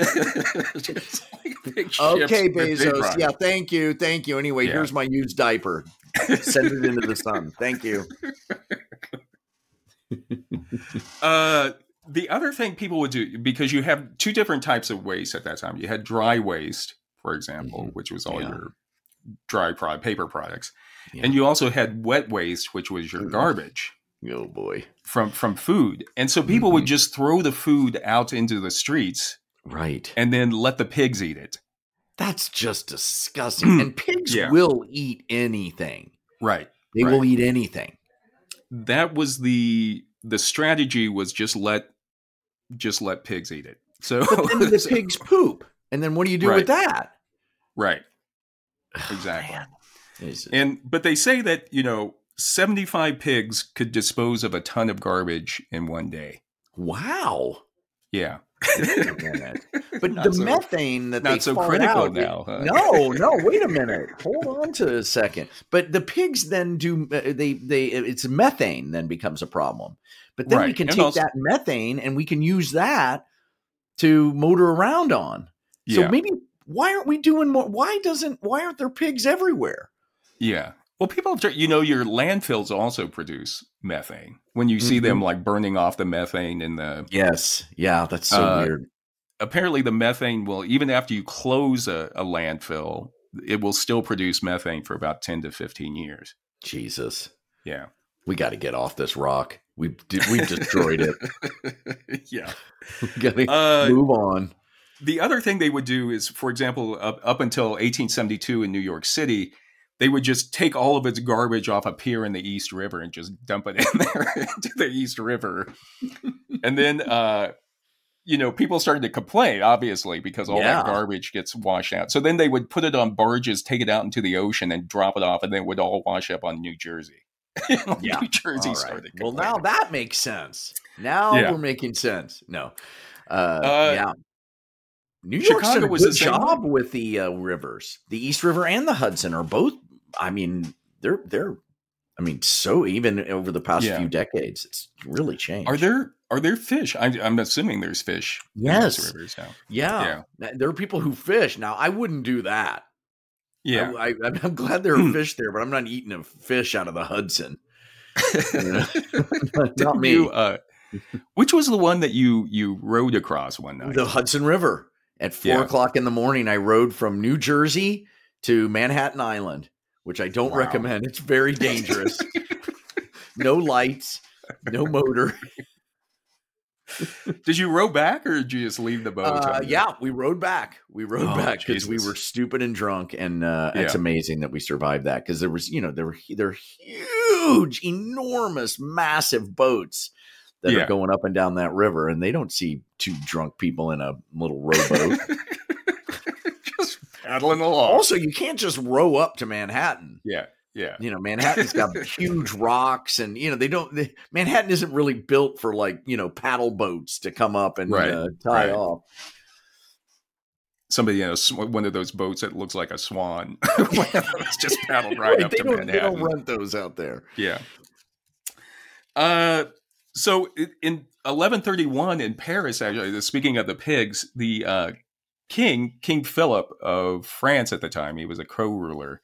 A: Just like big ships
B: Okay,
A: with big
B: Bezos.
A: rockets.
B: Yeah, thank you. Thank you. Anyway,
A: Yeah.
B: here's my used diaper. Send it into the sun. Thank you.
A: Uh, the other thing people would do because you have two different types of waste at that time. You had dry waste, for example,
B: Mhm.
A: which was all
B: Yeah.
A: your dry prod paper products,
B: Yeah.
A: and you also had wet waste, which was your
B: Mhm.
A: garbage
B: Oh boy.
A: from from food. And so people would
B: Mhm.
A: just throw the food out into the streets
B: Right.
A: and then let the pigs eat it.
B: That's just disgusting. and pigs
A: Mm. Yeah.
B: will eat anything.
A: Right.
B: They will eat anything.
A: That was the the strategy was just let just let pigs eat it. So
B: But then the pigs poop. And then what do you do with
A: Right.
B: that?
A: right. Exactly.
B: Man, this is-
A: And but they say that, you know, 75 pigs could dispose of a ton of garbage in one day.
B: wow.
A: Yeah.
B: Wait a minute. But
A: Not
B: the
A: so-
B: methane that they
A: Not so
B: fart
A: critical
B: out,
A: now. huh?
B: no, no. Wait a minute. Hold on to a second. But the pigs then do uh, they they it's methane then becomes a problem. But then we
A: Right,
B: can
A: and
B: take
A: also-
B: that methane and we can use that to motor around on. So
A: Yeah.
B: maybe why aren't we doing more? Why doesn't why aren't there pigs everywhere?
A: yeah. Well, people have, tr- you know, your landfills also produce methane. When you see
B: Mm-hmm.
A: them like burning off the methane in the
B: Yes. Yeah. That's so
A: Uh,
B: weird.
A: apparently the methane will even after you close a, a landfill, it will still produce methane for about 10 to 15 years.
B: Jesus.
A: Yeah.
B: We got to get off this rock. We've we've destroyed it.
A: yeah.
B: We gotta
A: Uh,
B: move on.
A: the other thing they would do is, for example, up, up until 1872 in New York City, they would just take all of its garbage off a pier in the East River and just dump it in there into the East River. and then, uh, you know, people started to complain, obviously, because all
B: Yeah.
A: that garbage gets washed out. So then they would put it on barges, take it out into the ocean, and drop it off, and then it would all wash up on New Jersey.
B: Yeah.
A: New Jersey
B: All right.
A: started.
B: Well,
A: complaining.
B: now that makes sense. Now
A: Yeah.
B: we're making sense. No. Uh,
A: Uh,
B: yeah. New York
A: Chicago
B: did a
A: was
B: good
A: the same
B: job with the uh, rivers. The East River and the Hudson are both. I mean, they're they're. I mean, so even over the past
A: Yeah.
B: few decades, it's really changed.
A: are there are there fish? I, I'm assuming there's fish. in those
B: Yes. Oh.
A: rivers now.
B: Yeah. There are people who fish. Now, I wouldn't do that.
A: Yeah. Hmm.
B: I, I, I'm glad there are fish there, but I'm not eating a fish out of the Hudson. You know? not
A: Didn't
B: me.
A: you, uh, which was the one that you you rode across one night?
B: the Hudson River at four
A: Yeah.
B: o'clock in the morning. I rode from New Jersey to Manhattan Island, which I don't
A: Wow.
B: recommend. It's very dangerous. no lights, no motor.
A: did you row back or did you just leave the boat?
B: Uh,
A: on there?
B: yeah, we rode back. We rode
A: Oh,
B: back because we
A: Jesus.
B: were stupid and drunk, and uh, it's
A: Yeah.
B: amazing that we survived that because there was, you know, there were they're huge, enormous, massive boats that are
A: Yeah.
B: going up and down that river, and they don't see two drunk people in a little rowboat.
A: Oh. just paddling along.
B: Also, you can't just row up to Manhattan.
A: yeah, yeah,
B: You know, Manhattan's got huge rocks, and you know they don't. They, Manhattan isn't really built for like you know paddle boats to come up and
A: Right,
B: uh, tie
A: right.
B: off.
A: somebody you know sw- one of those boats that looks like a swan. it's just paddled right,
B: Right,
A: up
B: they,
A: to
B: don't, they
A: Manhattan.
B: don't rent those out there.
A: Yeah. Uh, so i- in 1131 in Paris, actually, speaking of the pigs, the uh, king, King Philip of France at the time, he was a co ruler,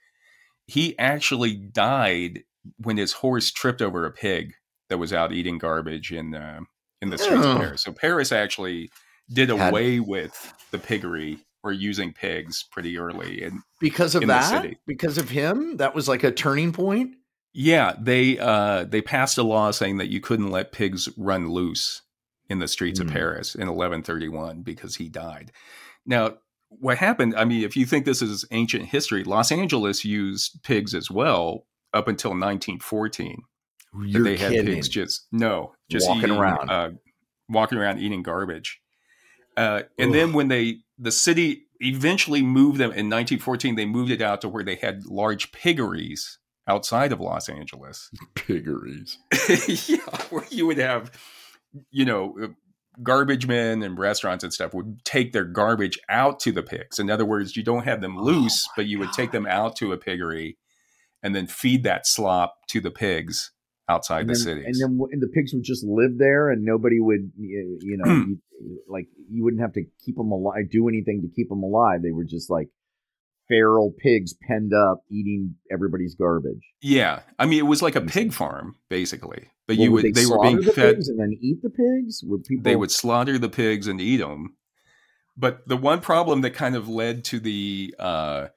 A: he actually died when his horse tripped over a pig that was out eating garbage in, uh, in the streets
B: Ugh.
A: of Paris. So Paris actually did
B: Had-
A: away with the piggery or using pigs pretty early. And
B: Because of
A: In the
B: that,
A: city.
B: because of him, that was like a turning point.
A: Yeah, they uh, they passed a law saying that you couldn't let pigs run loose in the streets
B: Hmm.
A: of Paris in 1131 because he died. Now, what happened? I mean, if you think this is ancient history, Los Angeles used pigs as well up until 1914. But
B: You're
A: they had
B: kidding.
A: pigs just no, just
B: Walking
A: eating,
B: around.
A: uh, walking around eating garbage. Uh, and Ooh. then when they the city eventually moved them in 1914, they moved it out to where they had large piggeries outside of Los Angeles.
B: Piggeries.
A: yeah, where you would have, you know, uh, garbage men and restaurants and stuff would take their garbage out to the pigs. In other words, you don't have them loose, oh but you would God. take them out to a piggery and then feed that slop to the pigs outside
B: and
A: the
B: then,
A: cities.
B: And then and the pigs would just live there and nobody would, you know, you, like you wouldn't have to keep them alive, do anything to keep them alive. They were just like, feral pigs penned up eating everybody's garbage.
A: Yeah, I mean it was like a pig farm basically, but well, you would, would they, they were being
B: the
A: fed
B: and then eat the pigs. Would people?
A: They would slaughter the pigs and eat them. But the one problem that kind of led to the uh,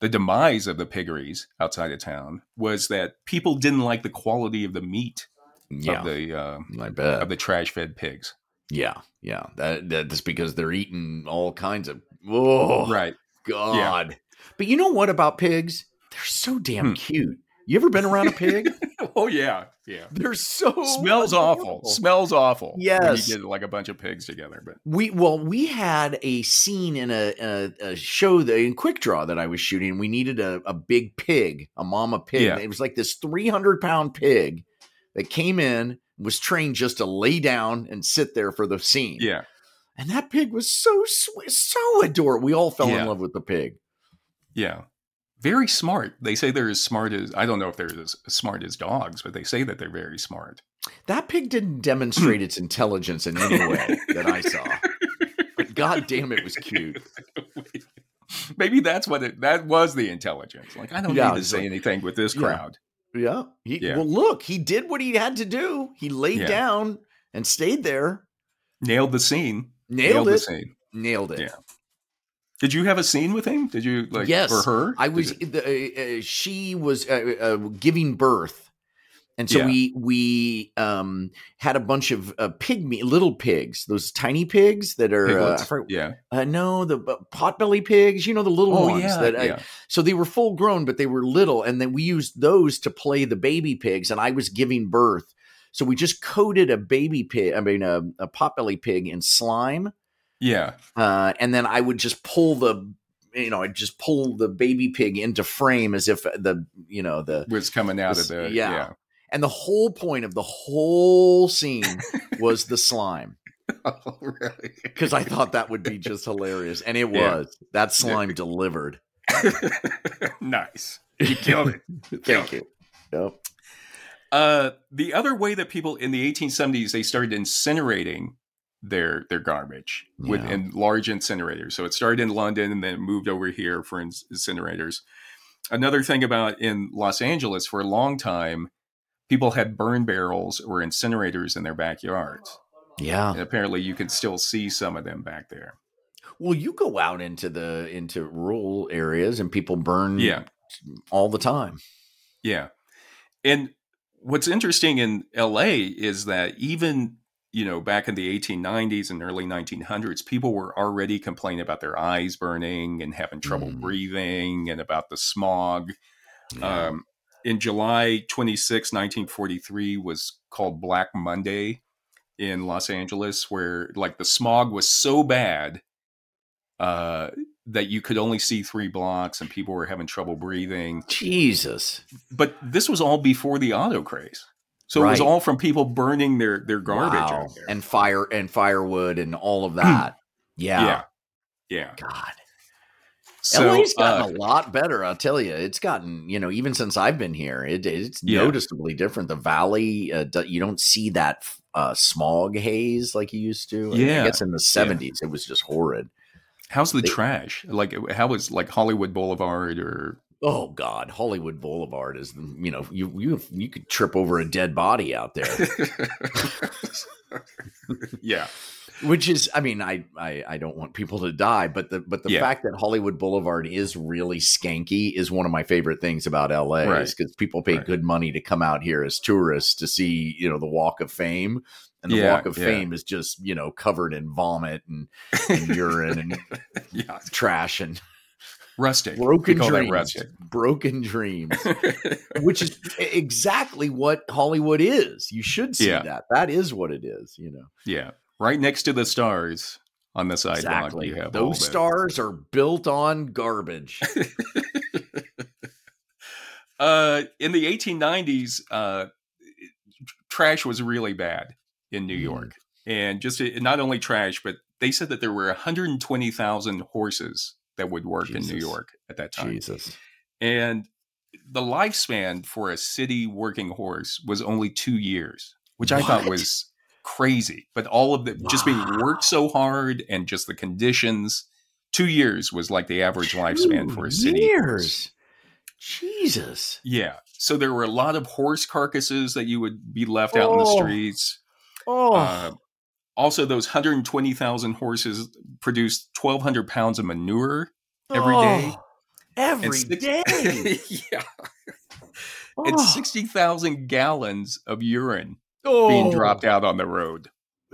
A: the demise of the piggeries outside of town was that people didn't like the quality of the meat yeah, of the uh,
B: I bet.
A: of the trash fed pigs.
B: Yeah, yeah. That that's because they're eating all kinds of oh
A: right
B: god. Yeah. But you know what about pigs? They're so damn hmm. cute. You ever been around a pig?
A: oh yeah, yeah.
B: They're so
A: smells adorable. Oh, awful. Smells awful.
B: Yes,
A: you get like a bunch of pigs together. But
B: we well, we had a scene in a, a, a show that in Quick Draw that I was shooting. We needed a, a big pig, a mama pig. Yeah. It was like this three hundred pound pig that came in was trained just to lay down and sit there for the scene.
A: Yeah,
B: and that pig was so sweet, so adorable. We all fell yeah. in love with the pig.
A: Yeah. Very smart. They say they're as smart as, I don't know if they're as smart as dogs, but they say that they're very smart.
B: That pig didn't demonstrate its intelligence in any way that I saw. But God damn, it was cute.
A: Maybe that's what it, that was the intelligence. Like, I don't yeah, need to say like, anything with this
B: yeah.
A: crowd.
B: Yeah. He, yeah. Well, look, he did what he had to do. He laid down and stayed there.
A: Nailed the scene.
B: Nailed, Nailed it.
A: the scene.
B: Nailed it.
A: Yeah. Did you have a scene with him? Did you like
B: yes,
A: for her?
B: I was. The, uh, she was uh, uh, giving birth, and so yeah. we we um, had a bunch of pygmy little pigs, those tiny pigs that are
A: forget,
B: yeah. no, the uh, potbelly pigs. You know the little
A: oh,
B: ones
A: yeah,
B: that. uh, I,
A: yeah.
B: So they were full grown, but they were little, and then we used those to play the baby pigs, and I was giving birth. So we just coated a baby pig, I mean a, a potbelly pig in slime.
A: Yeah.
B: Uh, and then I would just pull the, you know, I'd just pull the baby pig into frame as if the, you know, the
A: was coming out was, of the, yeah. yeah.
B: And the whole point of the whole scene was the slime.
A: oh, really?
B: Because I thought that would be just hilarious. And it yeah. was. That slime yeah. delivered.
A: nice. You killed it.
B: Thank killed you. It. Yep.
A: Uh, the other way that people in the 1870s they started incinerating their their garbage yeah. with in large incinerators. So it started in London and then moved over here for incinerators. Another thing about in Los Angeles for a long time, people had burn barrels or incinerators in their backyards.
B: Yeah,
A: and apparently you can still see some of them back there.
B: Well, you go out into the into rural areas and people burn
A: yeah.
B: all the time.
A: Yeah. And what's interesting in LA is that even you know, back in the 1890s and early 1900s, people were already complaining about their eyes burning and having trouble mm. breathing and about the smog. Yeah. Um, in July 26, 1943, was called Black Monday in Los Angeles, where like the smog was so bad uh, that you could only see three blocks and people were having trouble breathing.
B: Jesus.
A: But this was all before the auto craze. So right. it was all from people burning their their garbage wow.
B: and fire and firewood and all of that. yeah.
A: yeah, yeah.
B: God, so, LA's gotten uh, a lot better. I'll tell you, it's gotten you know even since I've been here, it, it's yeah. noticeably different. The valley, uh, you don't see that uh, smog haze like you used to.
A: I yeah,
B: I guess in the seventies yeah. it was just horrid.
A: How's the they, trash? Like how was like Hollywood Boulevard or
B: oh god hollywood boulevard is you know you you you could trip over a dead body out there
A: yeah
B: which is i mean I, I, I don't want people to die but the but the yeah. fact that hollywood boulevard is really skanky is one of my favorite things about la right. is because people pay right. good money to come out here as tourists to see you know the walk of fame and the
A: yeah,
B: walk of
A: yeah.
B: fame is just you know covered in vomit and, and urine and trash and
A: rustic
B: broken dreams rustic. broken dreams which is e, exactly what hollywood is you should see
A: yeah.
B: that that is what it is you know
A: yeah right next to the stars on the sidewalk. Exactly. You have
B: Those stars are built on garbage.
A: uh, in the 1890s, uh, trash was really bad in New York, mm. and just not only trash, but they said that there were 120,000 horses that would work Jesus. in New York at that time.
B: Jesus.
A: And the lifespan for a city working horse was only two years, which what? I thought was crazy. But all of the wow. just being worked so hard and just the conditions, two years was like the average two lifespan for a city.
B: Years. Jesus.
A: Yeah. So there were a lot of horse carcasses that you would be left oh. out in the streets.
B: Oh. Uh,
A: also, those 120,000 horses produced 1,200 pounds of manure every oh. day.
B: Every six, day.
A: yeah. Oh. And 60,000 gallons of urine
B: oh.
A: being dropped out on the road.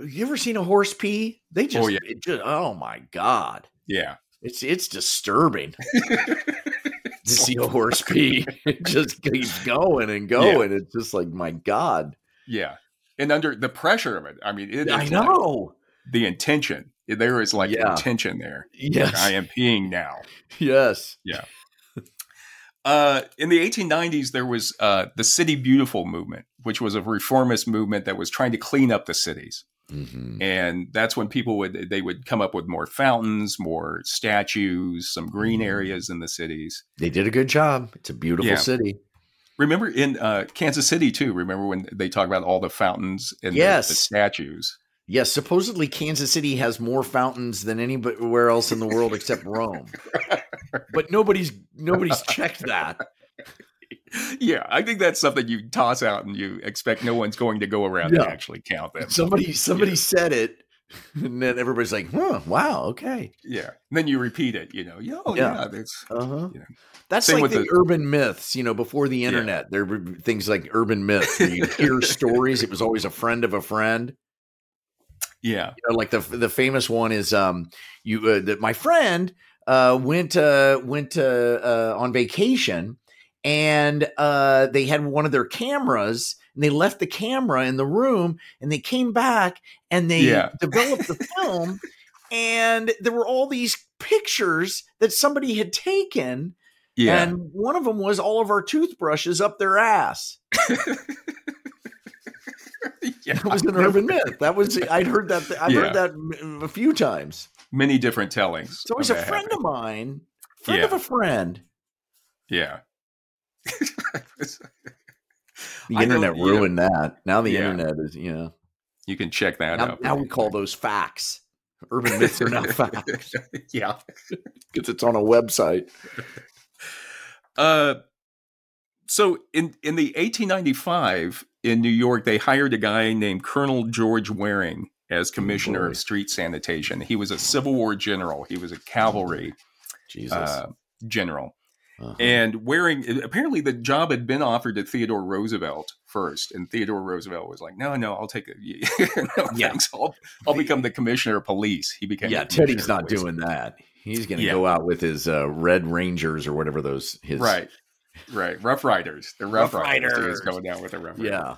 B: You ever seen a horse pee? They just, oh, yeah. just oh my God.
A: Yeah.
B: It's it's disturbing to see a horse pee. It just keeps going and going. Yeah. It's just like, my God.
A: Yeah. And under the pressure of it, I mean, it,
B: I know
A: like the intention there is like yeah. tension there.
B: Yes.
A: Like, I am peeing now.
B: Yes.
A: Yeah. Uh, in the 1890s, there was uh, the City Beautiful movement, which was a reformist movement that was trying to clean up the cities. Mm-hmm. And that's when people would they would come up with more fountains, more statues, some green areas in the cities.
B: They did a good job. It's a beautiful yeah. city.
A: Remember in uh, Kansas City too. Remember when they talk about all the fountains and yes. the, the statues?
B: Yes, supposedly Kansas City has more fountains than anywhere else in the world except Rome. but nobody's nobody's checked that.
A: Yeah, I think that's something you toss out and you expect no one's going to go around yeah. and actually count them.
B: Somebody somebody yeah. said it and then everybody's like, "Huh, wow, okay."
A: Yeah. And then you repeat it, you know. Oh, yeah, yeah that's
B: uh-huh. You know. That's Same like the, the, urban myths, you know, before the internet. There were things like urban myths. You hear stories, it was always a friend of a friend.
A: Yeah,
B: you know, like the the famous one is um you uh, the, my friend uh went uh went uh, uh on vacation and uh they had one of their cameras and they left the camera in the room and they came back and they yeah. developed the film and there were all these pictures that somebody had taken
A: yeah.
B: and one of them was all of our toothbrushes up their ass. Yeah, that was an urban myth. That was I'd heard that. Th- I've yeah. heard that a few times.
A: Many different tellings.
B: So it was a friend happened. of mine, friend yeah. of a friend.
A: Yeah.
B: the internet know, ruined you know, that. Now the internet is you know.
A: You can check that
B: now,
A: out.
B: Now we call those facts. Urban myths are not facts.
A: yeah,
B: because it's on a website.
A: Uh, so in in the 1895 in New York, they hired a guy named Colonel George Waring as commissioner oh, of street sanitation. He was a Civil War general. He was a cavalry uh, general. Uh-huh. And Waring, apparently, the job had been offered to Theodore Roosevelt first, and Theodore Roosevelt was like, "No, no, I'll take it. no, yeah. thanks. I'll, I'll become the commissioner of police." He became.
B: Yeah, Teddy's not doing that. He's going to yeah. go out with his uh, Red Rangers or whatever those his
A: right right. Rough Riders. The Rough, rough Riders. Riders. going down with the Rough Riders.
B: Yeah.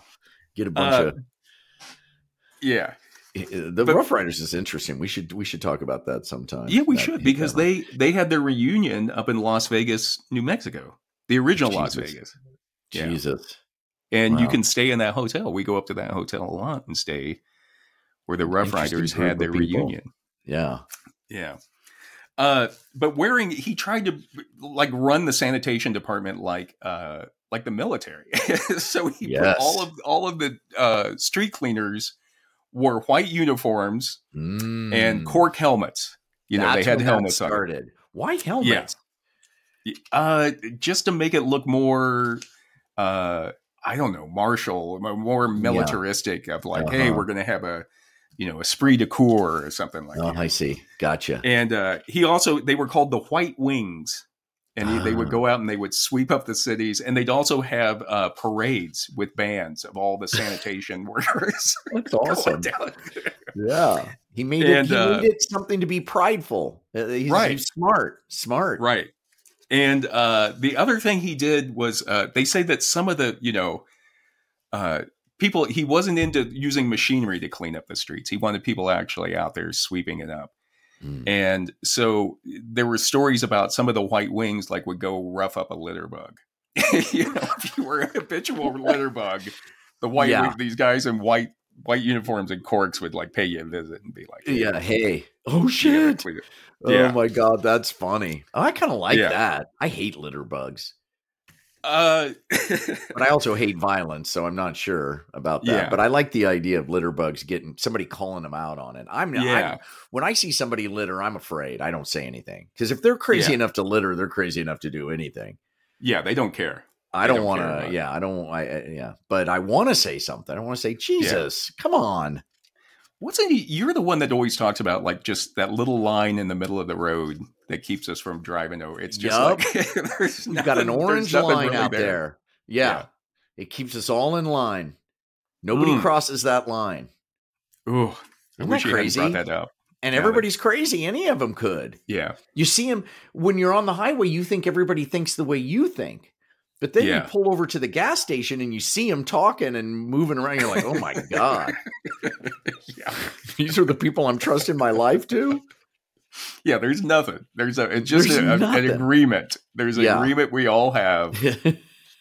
B: Get a bunch uh, of.
A: Yeah.
B: The but, Rough Riders is interesting. We should we should talk about that sometime.
A: Yeah, we should because they on. they had their reunion up in Las Vegas, New Mexico, the original Jesus. Las Vegas.
B: Yeah. Jesus.
A: And wow. you can stay in that hotel. We go up to that hotel a lot and stay where the Rough Riders had their reunion.
B: Yeah.
A: Yeah. Uh, but wearing he tried to like run the sanitation department like uh like the military so he yes. put all of all of the uh street cleaners wore white uniforms
B: mm.
A: and cork helmets you That's know they had helmets
B: started white helmets
A: yeah. uh just to make it look more uh i don't know martial more militaristic yeah. of like uh-huh. hey we're gonna have a you know, esprit de corps or something like
B: oh,
A: that.
B: I see. Gotcha.
A: And uh, he also, they were called the White Wings. And he, uh. they would go out and they would sweep up the cities. And they'd also have uh, parades with bands of all the sanitation workers.
B: That's awesome. yeah. He made, and, it, he
A: uh,
B: made it something to be prideful. Uh, He's, right. He's smart. Smart.
A: Right. And uh, the other thing he did was uh, they say that some of the, you know, uh, people he wasn't into using machinery to clean up the streets he wanted people actually out there sweeping it up
B: Hmm.
A: Mm. And so there were stories about some of the white wings like would go rough up a litter bug. you know, if you were a habitual litter bug, the white yeah. wing, these guys in white white uniforms and corks would like pay you a visit and be like,
B: hey, "Yeah, hey, oh shit, yeah. oh my god, that's funny." I kind of like yeah. that. I hate litter bugs.
A: Uh,
B: but I also hate violence, so I'm not sure about that. Yeah. But I like the idea of litter bugs getting somebody calling them out on it. I'm not. Yeah. I'm, when I see somebody litter, I'm afraid. I don't say anything because if they're crazy yeah. enough to litter, they're crazy enough to do anything.
A: Yeah, they don't care.
B: I don't, don't want to. Yeah, I don't. I, I yeah, but I want to say something. I want to say, Jesus, come on.
A: What's any? You're the one that always talks about like just that little line in the middle of the road that keeps us from driving over. It's just yep.
B: like there's nothing, you got an orange line really out there. there. Yeah. yeah. it keeps us all in line. Nobody mm. crosses that line.
A: Ooh, I wish crazy? you brought that up.
B: And yeah, everybody's crazy. Any of them could.
A: Yeah,
B: you see them when you're on the highway. You think everybody thinks the way you think. But then yeah. you pull over to the gas station and you see them talking and moving around. You're like, oh my God. yeah. These are the people I'm trusting my life to.
A: Yeah, there's nothing. There's a, it's just a, an agreement. There's an yeah. agreement we all have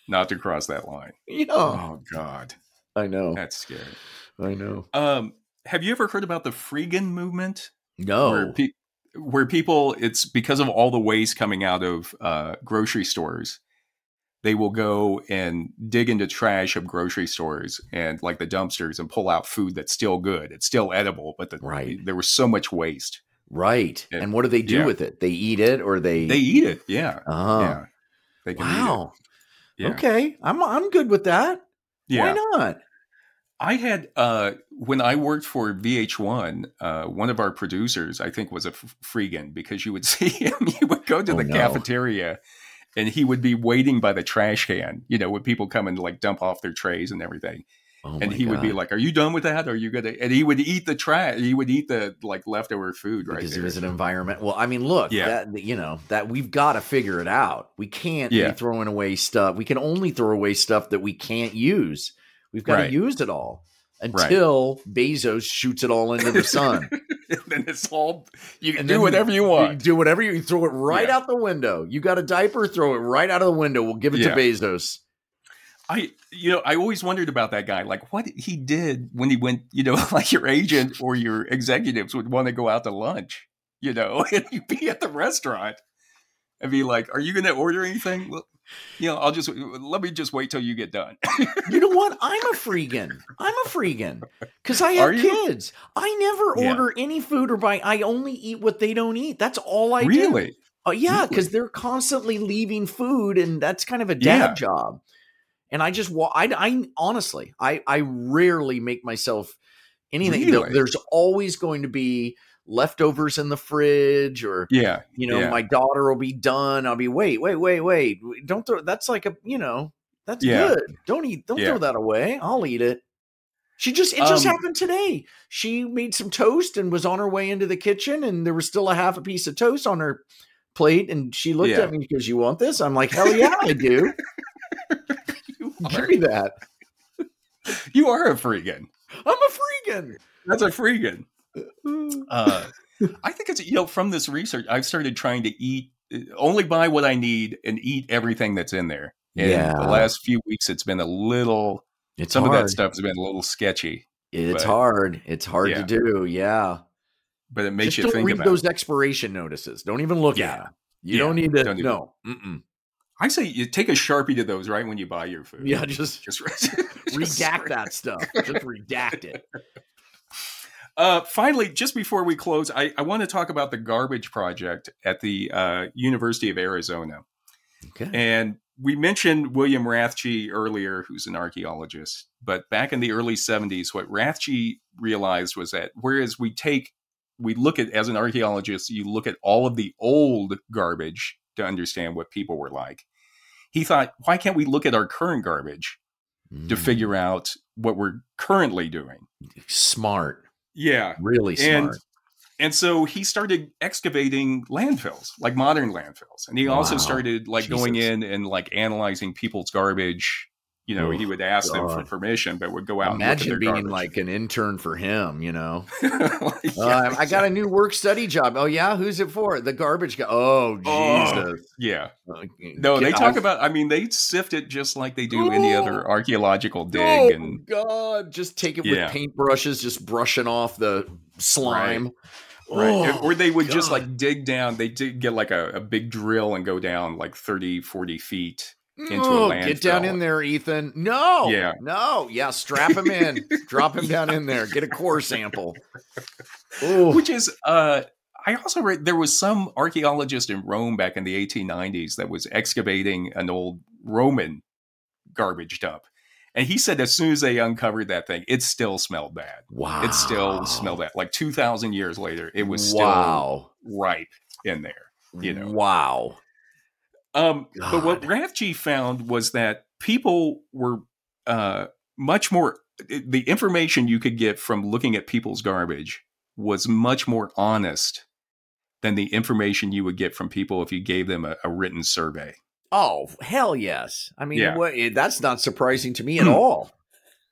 A: not to cross that line.
B: Yeah.
A: Oh God.
B: I know.
A: That's scary.
B: I know.
A: Um, have you ever heard about the Freegan movement?
B: No.
A: Where, pe- where, people, it's because of all the waste coming out of uh, grocery stores they will go and dig into trash of grocery stores and like the dumpsters and pull out food that's still good. It's still edible, but the,
B: right.
A: there was so much waste.
B: Right. And, and what do they do yeah. with it? They eat it or they
A: They eat it. Yeah.
B: Uh-huh. Yeah. They wow. Yeah. Okay. I'm I'm good with that. Yeah. Why not?
A: I had uh, when I worked for VH1, uh, one of our producers I think was a f- freegan because you would see him you would go to oh, the no. cafeteria and he would be waiting by the trash can, you know, when people come and like dump off their trays and everything. Oh and he God. would be like, "Are you done with that? Are you gonna?" And he would eat the trash. He would eat the like leftover food, right?
B: Because there. it was an environment. Well, I mean, look, yeah, that, you know that we've got to figure it out. We can't yeah. be throwing away stuff. We can only throw away stuff that we can't use. We've got right. to use it all until right. Bezos shoots it all into the sun.
A: and then it's all you can do whatever you want. You
B: do whatever you, you throw it right yeah. out the window. You got a diaper, throw it right out of the window. We'll give it yeah. to Bezos.
A: I you know, I always wondered about that guy, like what he did when he went, you know, like your agent or your executives would want to go out to lunch, you know, and you'd be at the restaurant and be like, Are you gonna order anything? Well, you know, I'll just let me just wait till you get done.
B: you know what? I'm a freegan. I'm a freegan because I have kids. I never yeah. order any food or buy. I only eat what they don't eat. That's all I
A: really?
B: do. Uh, yeah, because really? they're constantly leaving food, and that's kind of a dad yeah. job. And I just, wa- I, I honestly, I, I rarely make myself anything. Really? There's always going to be leftovers in the fridge or
A: yeah
B: you know
A: yeah.
B: my daughter will be done i'll be wait wait wait wait don't throw that's like a you know that's yeah. good don't eat don't yeah. throw that away i'll eat it she just it just um, happened today she made some toast and was on her way into the kitchen and there was still a half a piece of toast on her plate and she looked at me because you want this i'm like hell yeah i do give me that
A: you are a freegan
B: i'm a freegan
A: that's a freegan uh, I think it's you know from this research I've started trying to eat uh, only buy what I need and eat everything that's in there. And
B: yeah.
A: the last few weeks it's been a little it's some hard. of that stuff's been a little sketchy.
B: It's but, hard. It's hard yeah. to do. Yeah.
A: But it makes
B: Just
A: you think
B: read
A: about
B: those
A: it.
B: expiration notices. Don't even look yeah. at them. You don't need to. Don't no.
A: I say you take a sharpie to those right when you buy your food.
B: Yeah, just just, just redact that stuff. Just redact it.
A: Uh, finally, just before we close, I, I want to talk about the garbage project at the uh, University of Arizona.
B: Okay.
A: And we mentioned William Rathje earlier, who's an archaeologist. But back in the early 70s, what Rathje realized was that whereas we take, we look at, as an archaeologist, you look at all of the old garbage to understand what people were like. He thought, why can't we look at our current garbage mm.
B: Hmm.
A: to figure out what we're currently doing?
B: Mm. Smart.
A: Yeah.
B: Really smart.
A: And, and, so he started excavating landfills, like modern landfills. And he wow. also started like Jesus. going in and like analyzing people's garbage, you know, oh, he would ask God. them for permission, but would go out.
B: Imagine being garbage. like an intern for him, you know. like, yeah, uh, I got a new work study job. Oh yeah, who's it for? The garbage guy. Oh Jesus. Uh,
A: Oh, yeah. No, they talk about. I mean, they sift it just like they do oh, any other archaeological dig. Oh and,
B: God, just take it yeah. with paintbrushes, just brushing off the slime.
A: Right. Right. or they would God. just like dig down. They did get like a, a big drill and go down like 30, 40 feet into oh, a landfill.
B: Get down in there, Ethan. No. Yeah. No. Yeah. Strap him in. Drop him down in there. Get a core sample.
A: Ooh. Which is, uh, I also read there was some archaeologist in Rome back in the 1890s that was excavating an old Roman garbage dump. And he said as soon as they uncovered that thing, it still smelled bad.
B: Wow.
A: It still smelled bad. Like 2,000 years later, it was still wow. ripe in there. You know?
B: Wow.
A: Um, but what Rafji found was that people were uh, much more, the information you could get from looking at people's garbage was much more honest than the information you would get from people if you gave them a, a written survey.
B: Oh, hell yes. I mean, yeah. what, eh, that's not surprising to me at all.
A: Hmm.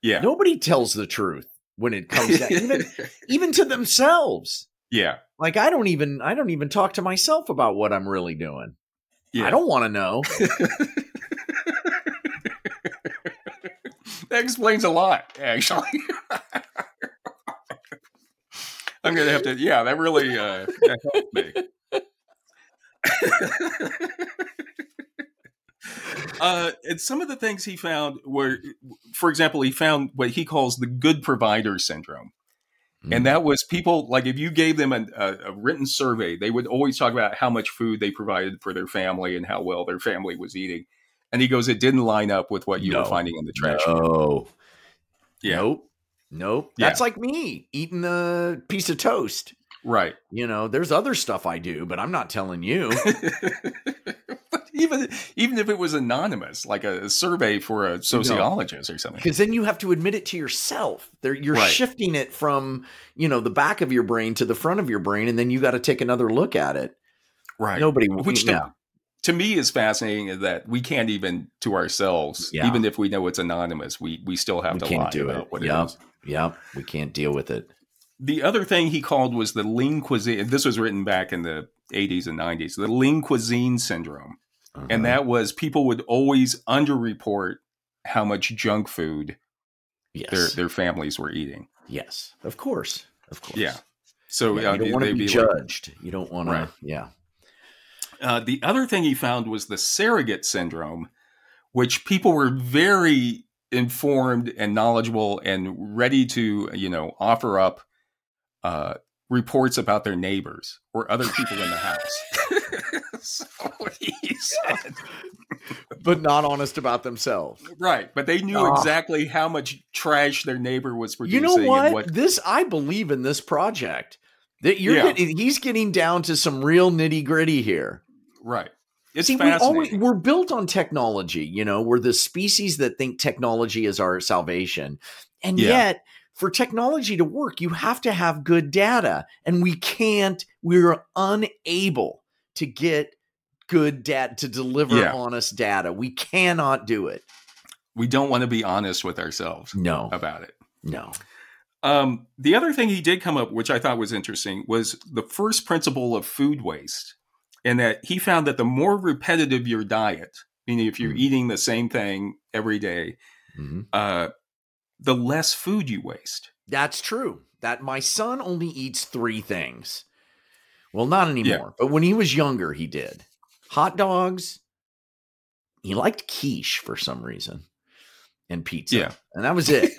A: Yeah.
B: Nobody tells the truth when it comes to even even to themselves.
A: Yeah.
B: Like I don't even I don't even talk to myself about what I'm really doing. Yeah. I don't want to know.
A: that explains a lot, actually. I'm gonna have to. Yeah, that really uh, that helped me. Uh, and some of the things he found were, for example, he found what he calls the good provider syndrome. Mm. And that was people like if you gave them a, a, written survey, they would always talk about how much food they provided for their family and how well their family was eating. And he goes, it didn't line up with what you no. were finding in the trash.
B: No. Yeah. Nope. Nope. Yeah. That's like me eating a piece of toast.
A: Right.
B: You know, there's other stuff I do, but I'm not telling you.
A: even even if it was anonymous, like a survey for a sociologist no. or something.
B: Because then you have to admit it to yourself. They're, you're right. shifting it from you know the back of your brain to the front of your brain, and then you got to take another look at it.
A: Right.
B: Nobody.
A: Which yeah. to, to, me is fascinating that we can't even to ourselves, yeah. even if we know it's anonymous, we we still have we to can't lie do
B: it.
A: what
B: yep.
A: it is.
B: Yep. We can't deal with it.
A: The other thing he called was the lean cuisine. This was written back in the 80s and 90s. The lean cuisine syndrome, uh-huh. and that was people would always underreport how much junk food yes. their their families were eating.
B: Yes, of course, of course.
A: Yeah. So
B: yeah, you don't want to be, judged. Like, you don't want right. to. Yeah.
A: Uh, the other thing he found was the surrogate syndrome, which people were very informed and knowledgeable and ready to you know offer up. Uh, reports about their neighbors or other people in the house. so
B: he said. but not honest about themselves.
A: Right. But they knew oh. exactly how much trash their neighbor was producing.
B: You know what? what- this I believe in this project. That you're yeah. getting, he's getting down to some real nitty gritty here.
A: Right.
B: It's See, we always, we're built on technology, you know, we're the species that think technology is our salvation. And yeah. yet for technology to work, you have to have good data. And we can't, we're unable to get good data, to deliver yeah. honest data. We cannot do it.
A: We don't want to be honest with ourselves
B: no.
A: about it.
B: No.
A: Um, the other thing he did come up, which I thought was interesting, was the first principle of food waste. And that he found that the more repetitive your diet, meaning if
B: Hmm.
A: you're mm-hmm. eating the same thing every day, mm-hmm. uh, the less food you waste.
B: That's true. That my son only eats three things. Well, not anymore, yeah. but when he was younger, he did hot dogs. He liked quiche for some reason and pizza.
A: Yeah.
B: And that was it.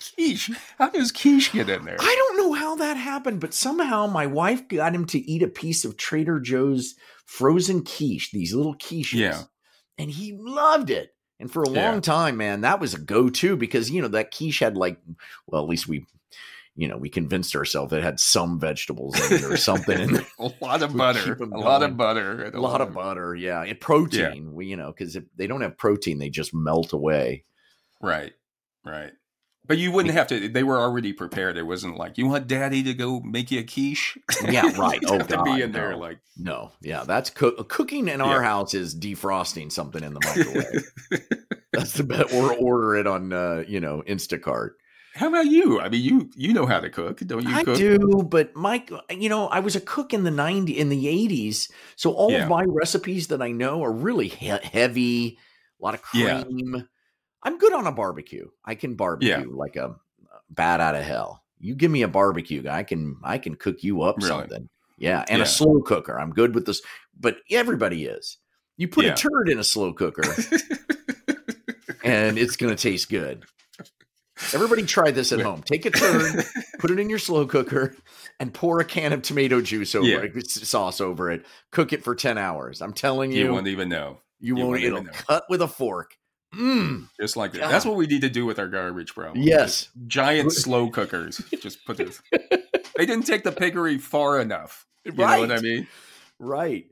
A: quiche. How does quiche get in there?
B: I don't know how that happened, but somehow my wife got him to eat a piece of Trader Joe's frozen quiche, these little quiches.
A: Yeah.
B: And he loved it. And for a long yeah. time, man, that was a go to because, you know, that quiche had like, well, at least we, you know, we convinced ourselves it had some vegetables in it or something. In
A: a lot of butter. A going. lot of butter.
B: A lot of butter. Yeah. And protein, yeah. We, you know, because if they don't have protein, they just melt away.
A: Right. Right. But you wouldn't have to. They were already prepared. It wasn't like you want Daddy to go make you a quiche.
B: Yeah, right. oh, God,
A: to be in no. there like
B: no, yeah, that's cook- cooking in yeah. our house is defrosting something in the microwave. That's the bet. Or order it on, uh, you know, Instacart.
A: How about you? I mean, you you know how to cook, don't you?
B: I
A: cook?
B: do, but Mike, you know, I was a cook in the '90s, in the '80s, so all
A: Yeah.
B: of my recipes that I know are really he- heavy, a lot of
A: Yeah.
B: cream. I'm good on a barbecue. I can barbecue
A: Yeah.
B: like a bat out of hell. You give me a barbecue, I can I can cook you up
A: Really?
B: something. Yeah, and
A: Yeah.
B: a slow cooker. I'm good with this, but everybody is. You put
A: Yeah.
B: a turd in a slow cooker, and it's going to taste good. Everybody try this at
A: Yeah.
B: home. Take a turd, put it in your slow cooker, and pour a can of tomato juice over
A: Yeah.
B: it, s- sauce over it. Cook it for 10 hours. I'm telling
A: you
B: you,
A: won't even know. you
B: you, won't,
A: won't even
B: it'll
A: know.
B: cut with a fork. Mm,
A: Just like that.
B: God.
A: That's what we need to do with our garbage problem.
B: yes.
A: Giant slow cookers. Just put this. They didn't take the piggery far enough. You know what I
B: Right.
A: mean?
B: Right.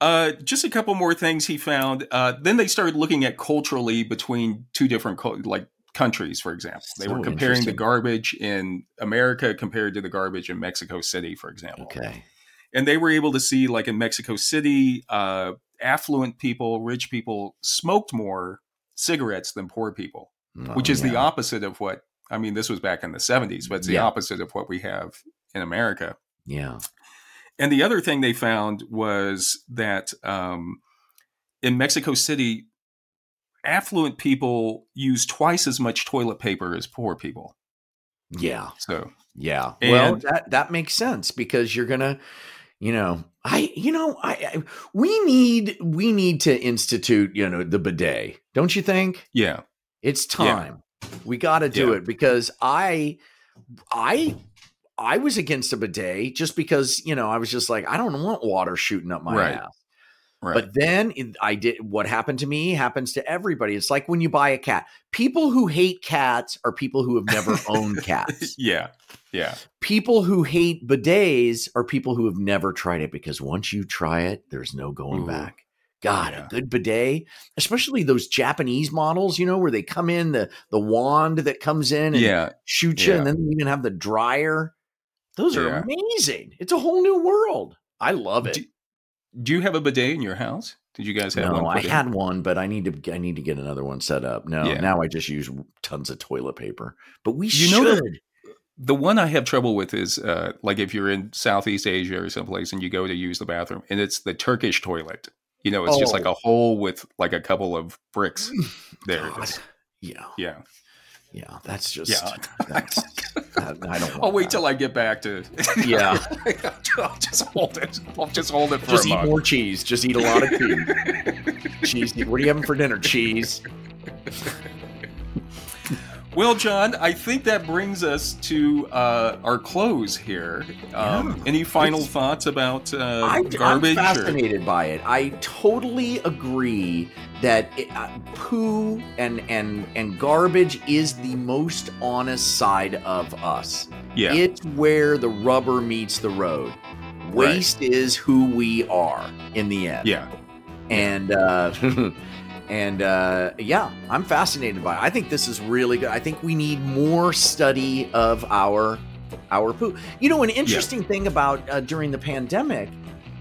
A: Uh, just a couple more things he found. Uh, then they started looking at culturally between two different cul like countries. For example, they
B: So
A: were comparing the
B: interesting.
A: garbage in America compared to the garbage in Mexico City, for example.
B: Okay.
A: And they were able to see, like in Mexico City, uh, affluent people, rich people, smoked more cigarettes than poor people,
B: Oh,
A: which is the
B: opposite.
A: opposite of what I mean. This was back in the '70s, but it's the
B: Yeah.
A: opposite of what we have in America.
B: Yeah.
A: And the other thing they found was that um, in Mexico City, affluent people use twice as much toilet paper as poor people.
B: Yeah.
A: So
B: Yeah. well,
A: And-
B: that that makes sense because you're gonna, you know, I, you know, I, I, we need we need to institute, you know, the bidet, don't you think?
A: yeah,
B: It's
A: Yeah.
B: time. We got to do
A: Yeah.
B: it because I, I, I was against a bidet just because you know I was just like I don't want water shooting up my
A: Right.
B: ass.
A: right.
B: But then it- I did what happened to me happens to everybody. It's like when you buy a cat. People who hate cats are people who have never owned cats
A: yeah, yeah,
B: people who hate bidets are people who have never tried it because once you try it, there's no going
A: Ooh.
B: back. God,
A: Yeah.
B: a good bidet, especially those Japanese models, you know, where they come in the the wand that comes in and
A: yeah,
B: shoots you,
A: yeah.
B: and then they even have the dryer. Those are
A: Yeah.
B: amazing. It's a whole new world. I love it.
A: Do- Do you have a bidet in your house? Did you guys have one?
B: no, I
A: put in?
B: had one, but I need to I need to get another one set up. No,
A: Yeah.
B: now I just use tons of toilet paper. But we
A: You
B: should.
A: know the- The one I have trouble with is uh, like if you're in Southeast Asia or someplace and you go to use the bathroom, and it's the Turkish toilet. You know, it's just like
B: Oh.
A: a hole with like a couple of bricks. There it
B: God.
A: is.
B: Yeah,
A: Yeah.
B: yeah, that's just
A: Yeah.
B: That's, I, I don't.
A: I'll
B: want
A: wait
B: that.
A: till I get back to.
B: Yeah.
A: I'll just hold it. I'll just hold it for
B: just
A: a
B: eat
A: month.
B: more cheese. Just eat a lot of cheese. cheese. What are you having for dinner? Cheese.
A: Well, John, I think that brings us to uh, our close here. Um,
B: Yeah.
A: Any final
B: It's-
A: thoughts about uh,
B: I,
A: garbage?
B: I'm
A: or-
B: fascinated by it. I totally agree that it, uh, poo and and and garbage is the most honest side of us.
A: yeah,
B: It's where the rubber meets the road. Waste is who we are in the end.
A: yeah,
B: and uh, and uh, yeah, I'm fascinated by. It. I think this is really good. I think we need more study of our our poo. You know, an interesting thing about uh, during the pandemic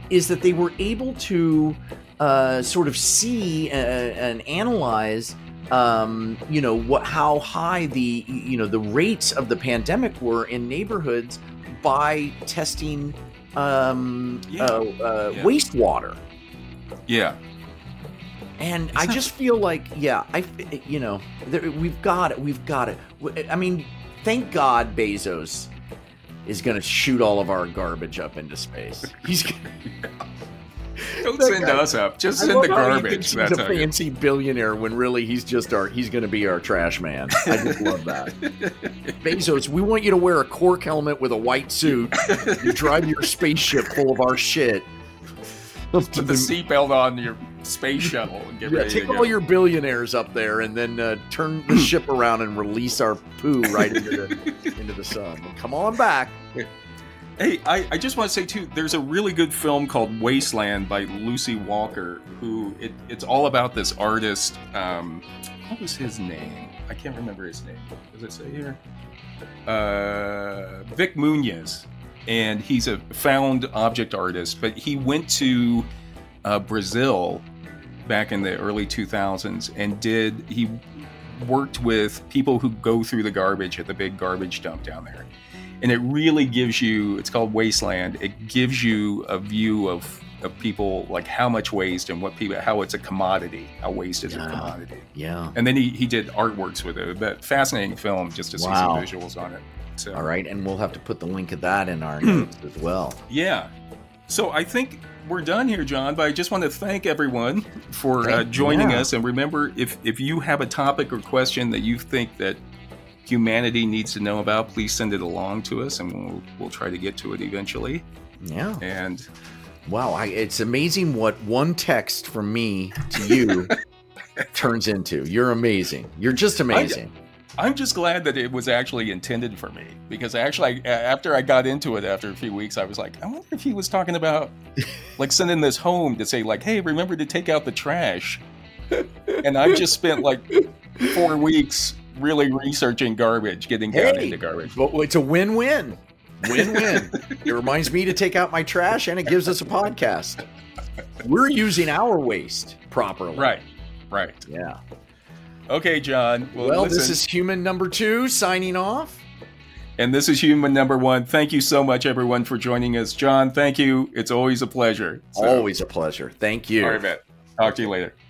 B: is that they were able to uh, sort of see uh, and analyze um you know what how high the you know the rates of the pandemic were in neighborhoods by testing um
A: Yeah.
B: uh, uh,
A: Yeah.
B: wastewater
A: yeah,
B: and
A: It's
B: I
A: not-
B: just feel like, yeah, I, f- eh, you know, there, we've got it, we've got it. W- eh, I mean, thank God Bezos is going to shoot all of our garbage up into space. He's gonna,
A: Don't
B: That
A: send
B: guy-
A: us up. Just
B: I
A: send
B: love
A: the
B: how you think
A: garbage.
B: He's
A: That's
B: a
A: how you-
B: fancy billionaire when really he's just our. He's going to be our trash man. I just love that. Bezos, we want you to wear a cork helmet with a white suit. You drive your spaceship full of our shit.
A: Put the seatbelt on your space shuttle and get
B: Yeah,
A: ready to
B: take
A: go.
B: all your billionaires up there and then uh, turn the ship around and release our poo right into the, into the sun. And come on back.
A: Hey, I, I just want to say too, there's a really good film called Wasteland by Lucy Walker, who it, it's all about this artist. Um, what was his name? I can't remember his name. Does it say here? Uh, Vic Munoz. And he's a found object artist, but he went to uh, Brazil back in the early 2000s and did he worked with people who go through the garbage at the big garbage dump down there. And it really gives you it's called Wasteland. It gives you a view of of people like how much waste and what people how it's a commodity how waste is yeah. a commodity
B: yeah
A: and then he, he did artworks with it that fascinating film just to wow. see some visuals on it
B: so all right and we'll have to put the link of that in our notes as well
A: yeah so i think we're done here john but i just want to thank everyone for uh, joining yeah. us and remember if if you have a topic or question that you think that humanity needs to know about please send it along to us and we'll, we'll try to get to it eventually
B: yeah
A: and
B: Wow, I, it's amazing what one text from me to you turns into. You're amazing. You're just amazing.
A: I, am just glad that it was actually intended for me because actually, I, after I got into it after a few weeks, I was like, I wonder if he was talking about like sending this home to say like, hey, remember to take out the trash. and I've just spent like four weeks really researching garbage, getting down hey, into garbage.
B: Well, it's a win-win. Win win. it reminds me to take out my trash and it gives us a podcast. We're using our waste properly.
A: Right. Right.
B: Yeah.
A: Okay, John.
B: Well, well this is human number two signing off.
A: And this is human number one. Thank you so much, everyone, for joining us. John, thank you. It's always a pleasure.
B: So. Always a pleasure. Thank you.
A: All right, man. Talk to you later.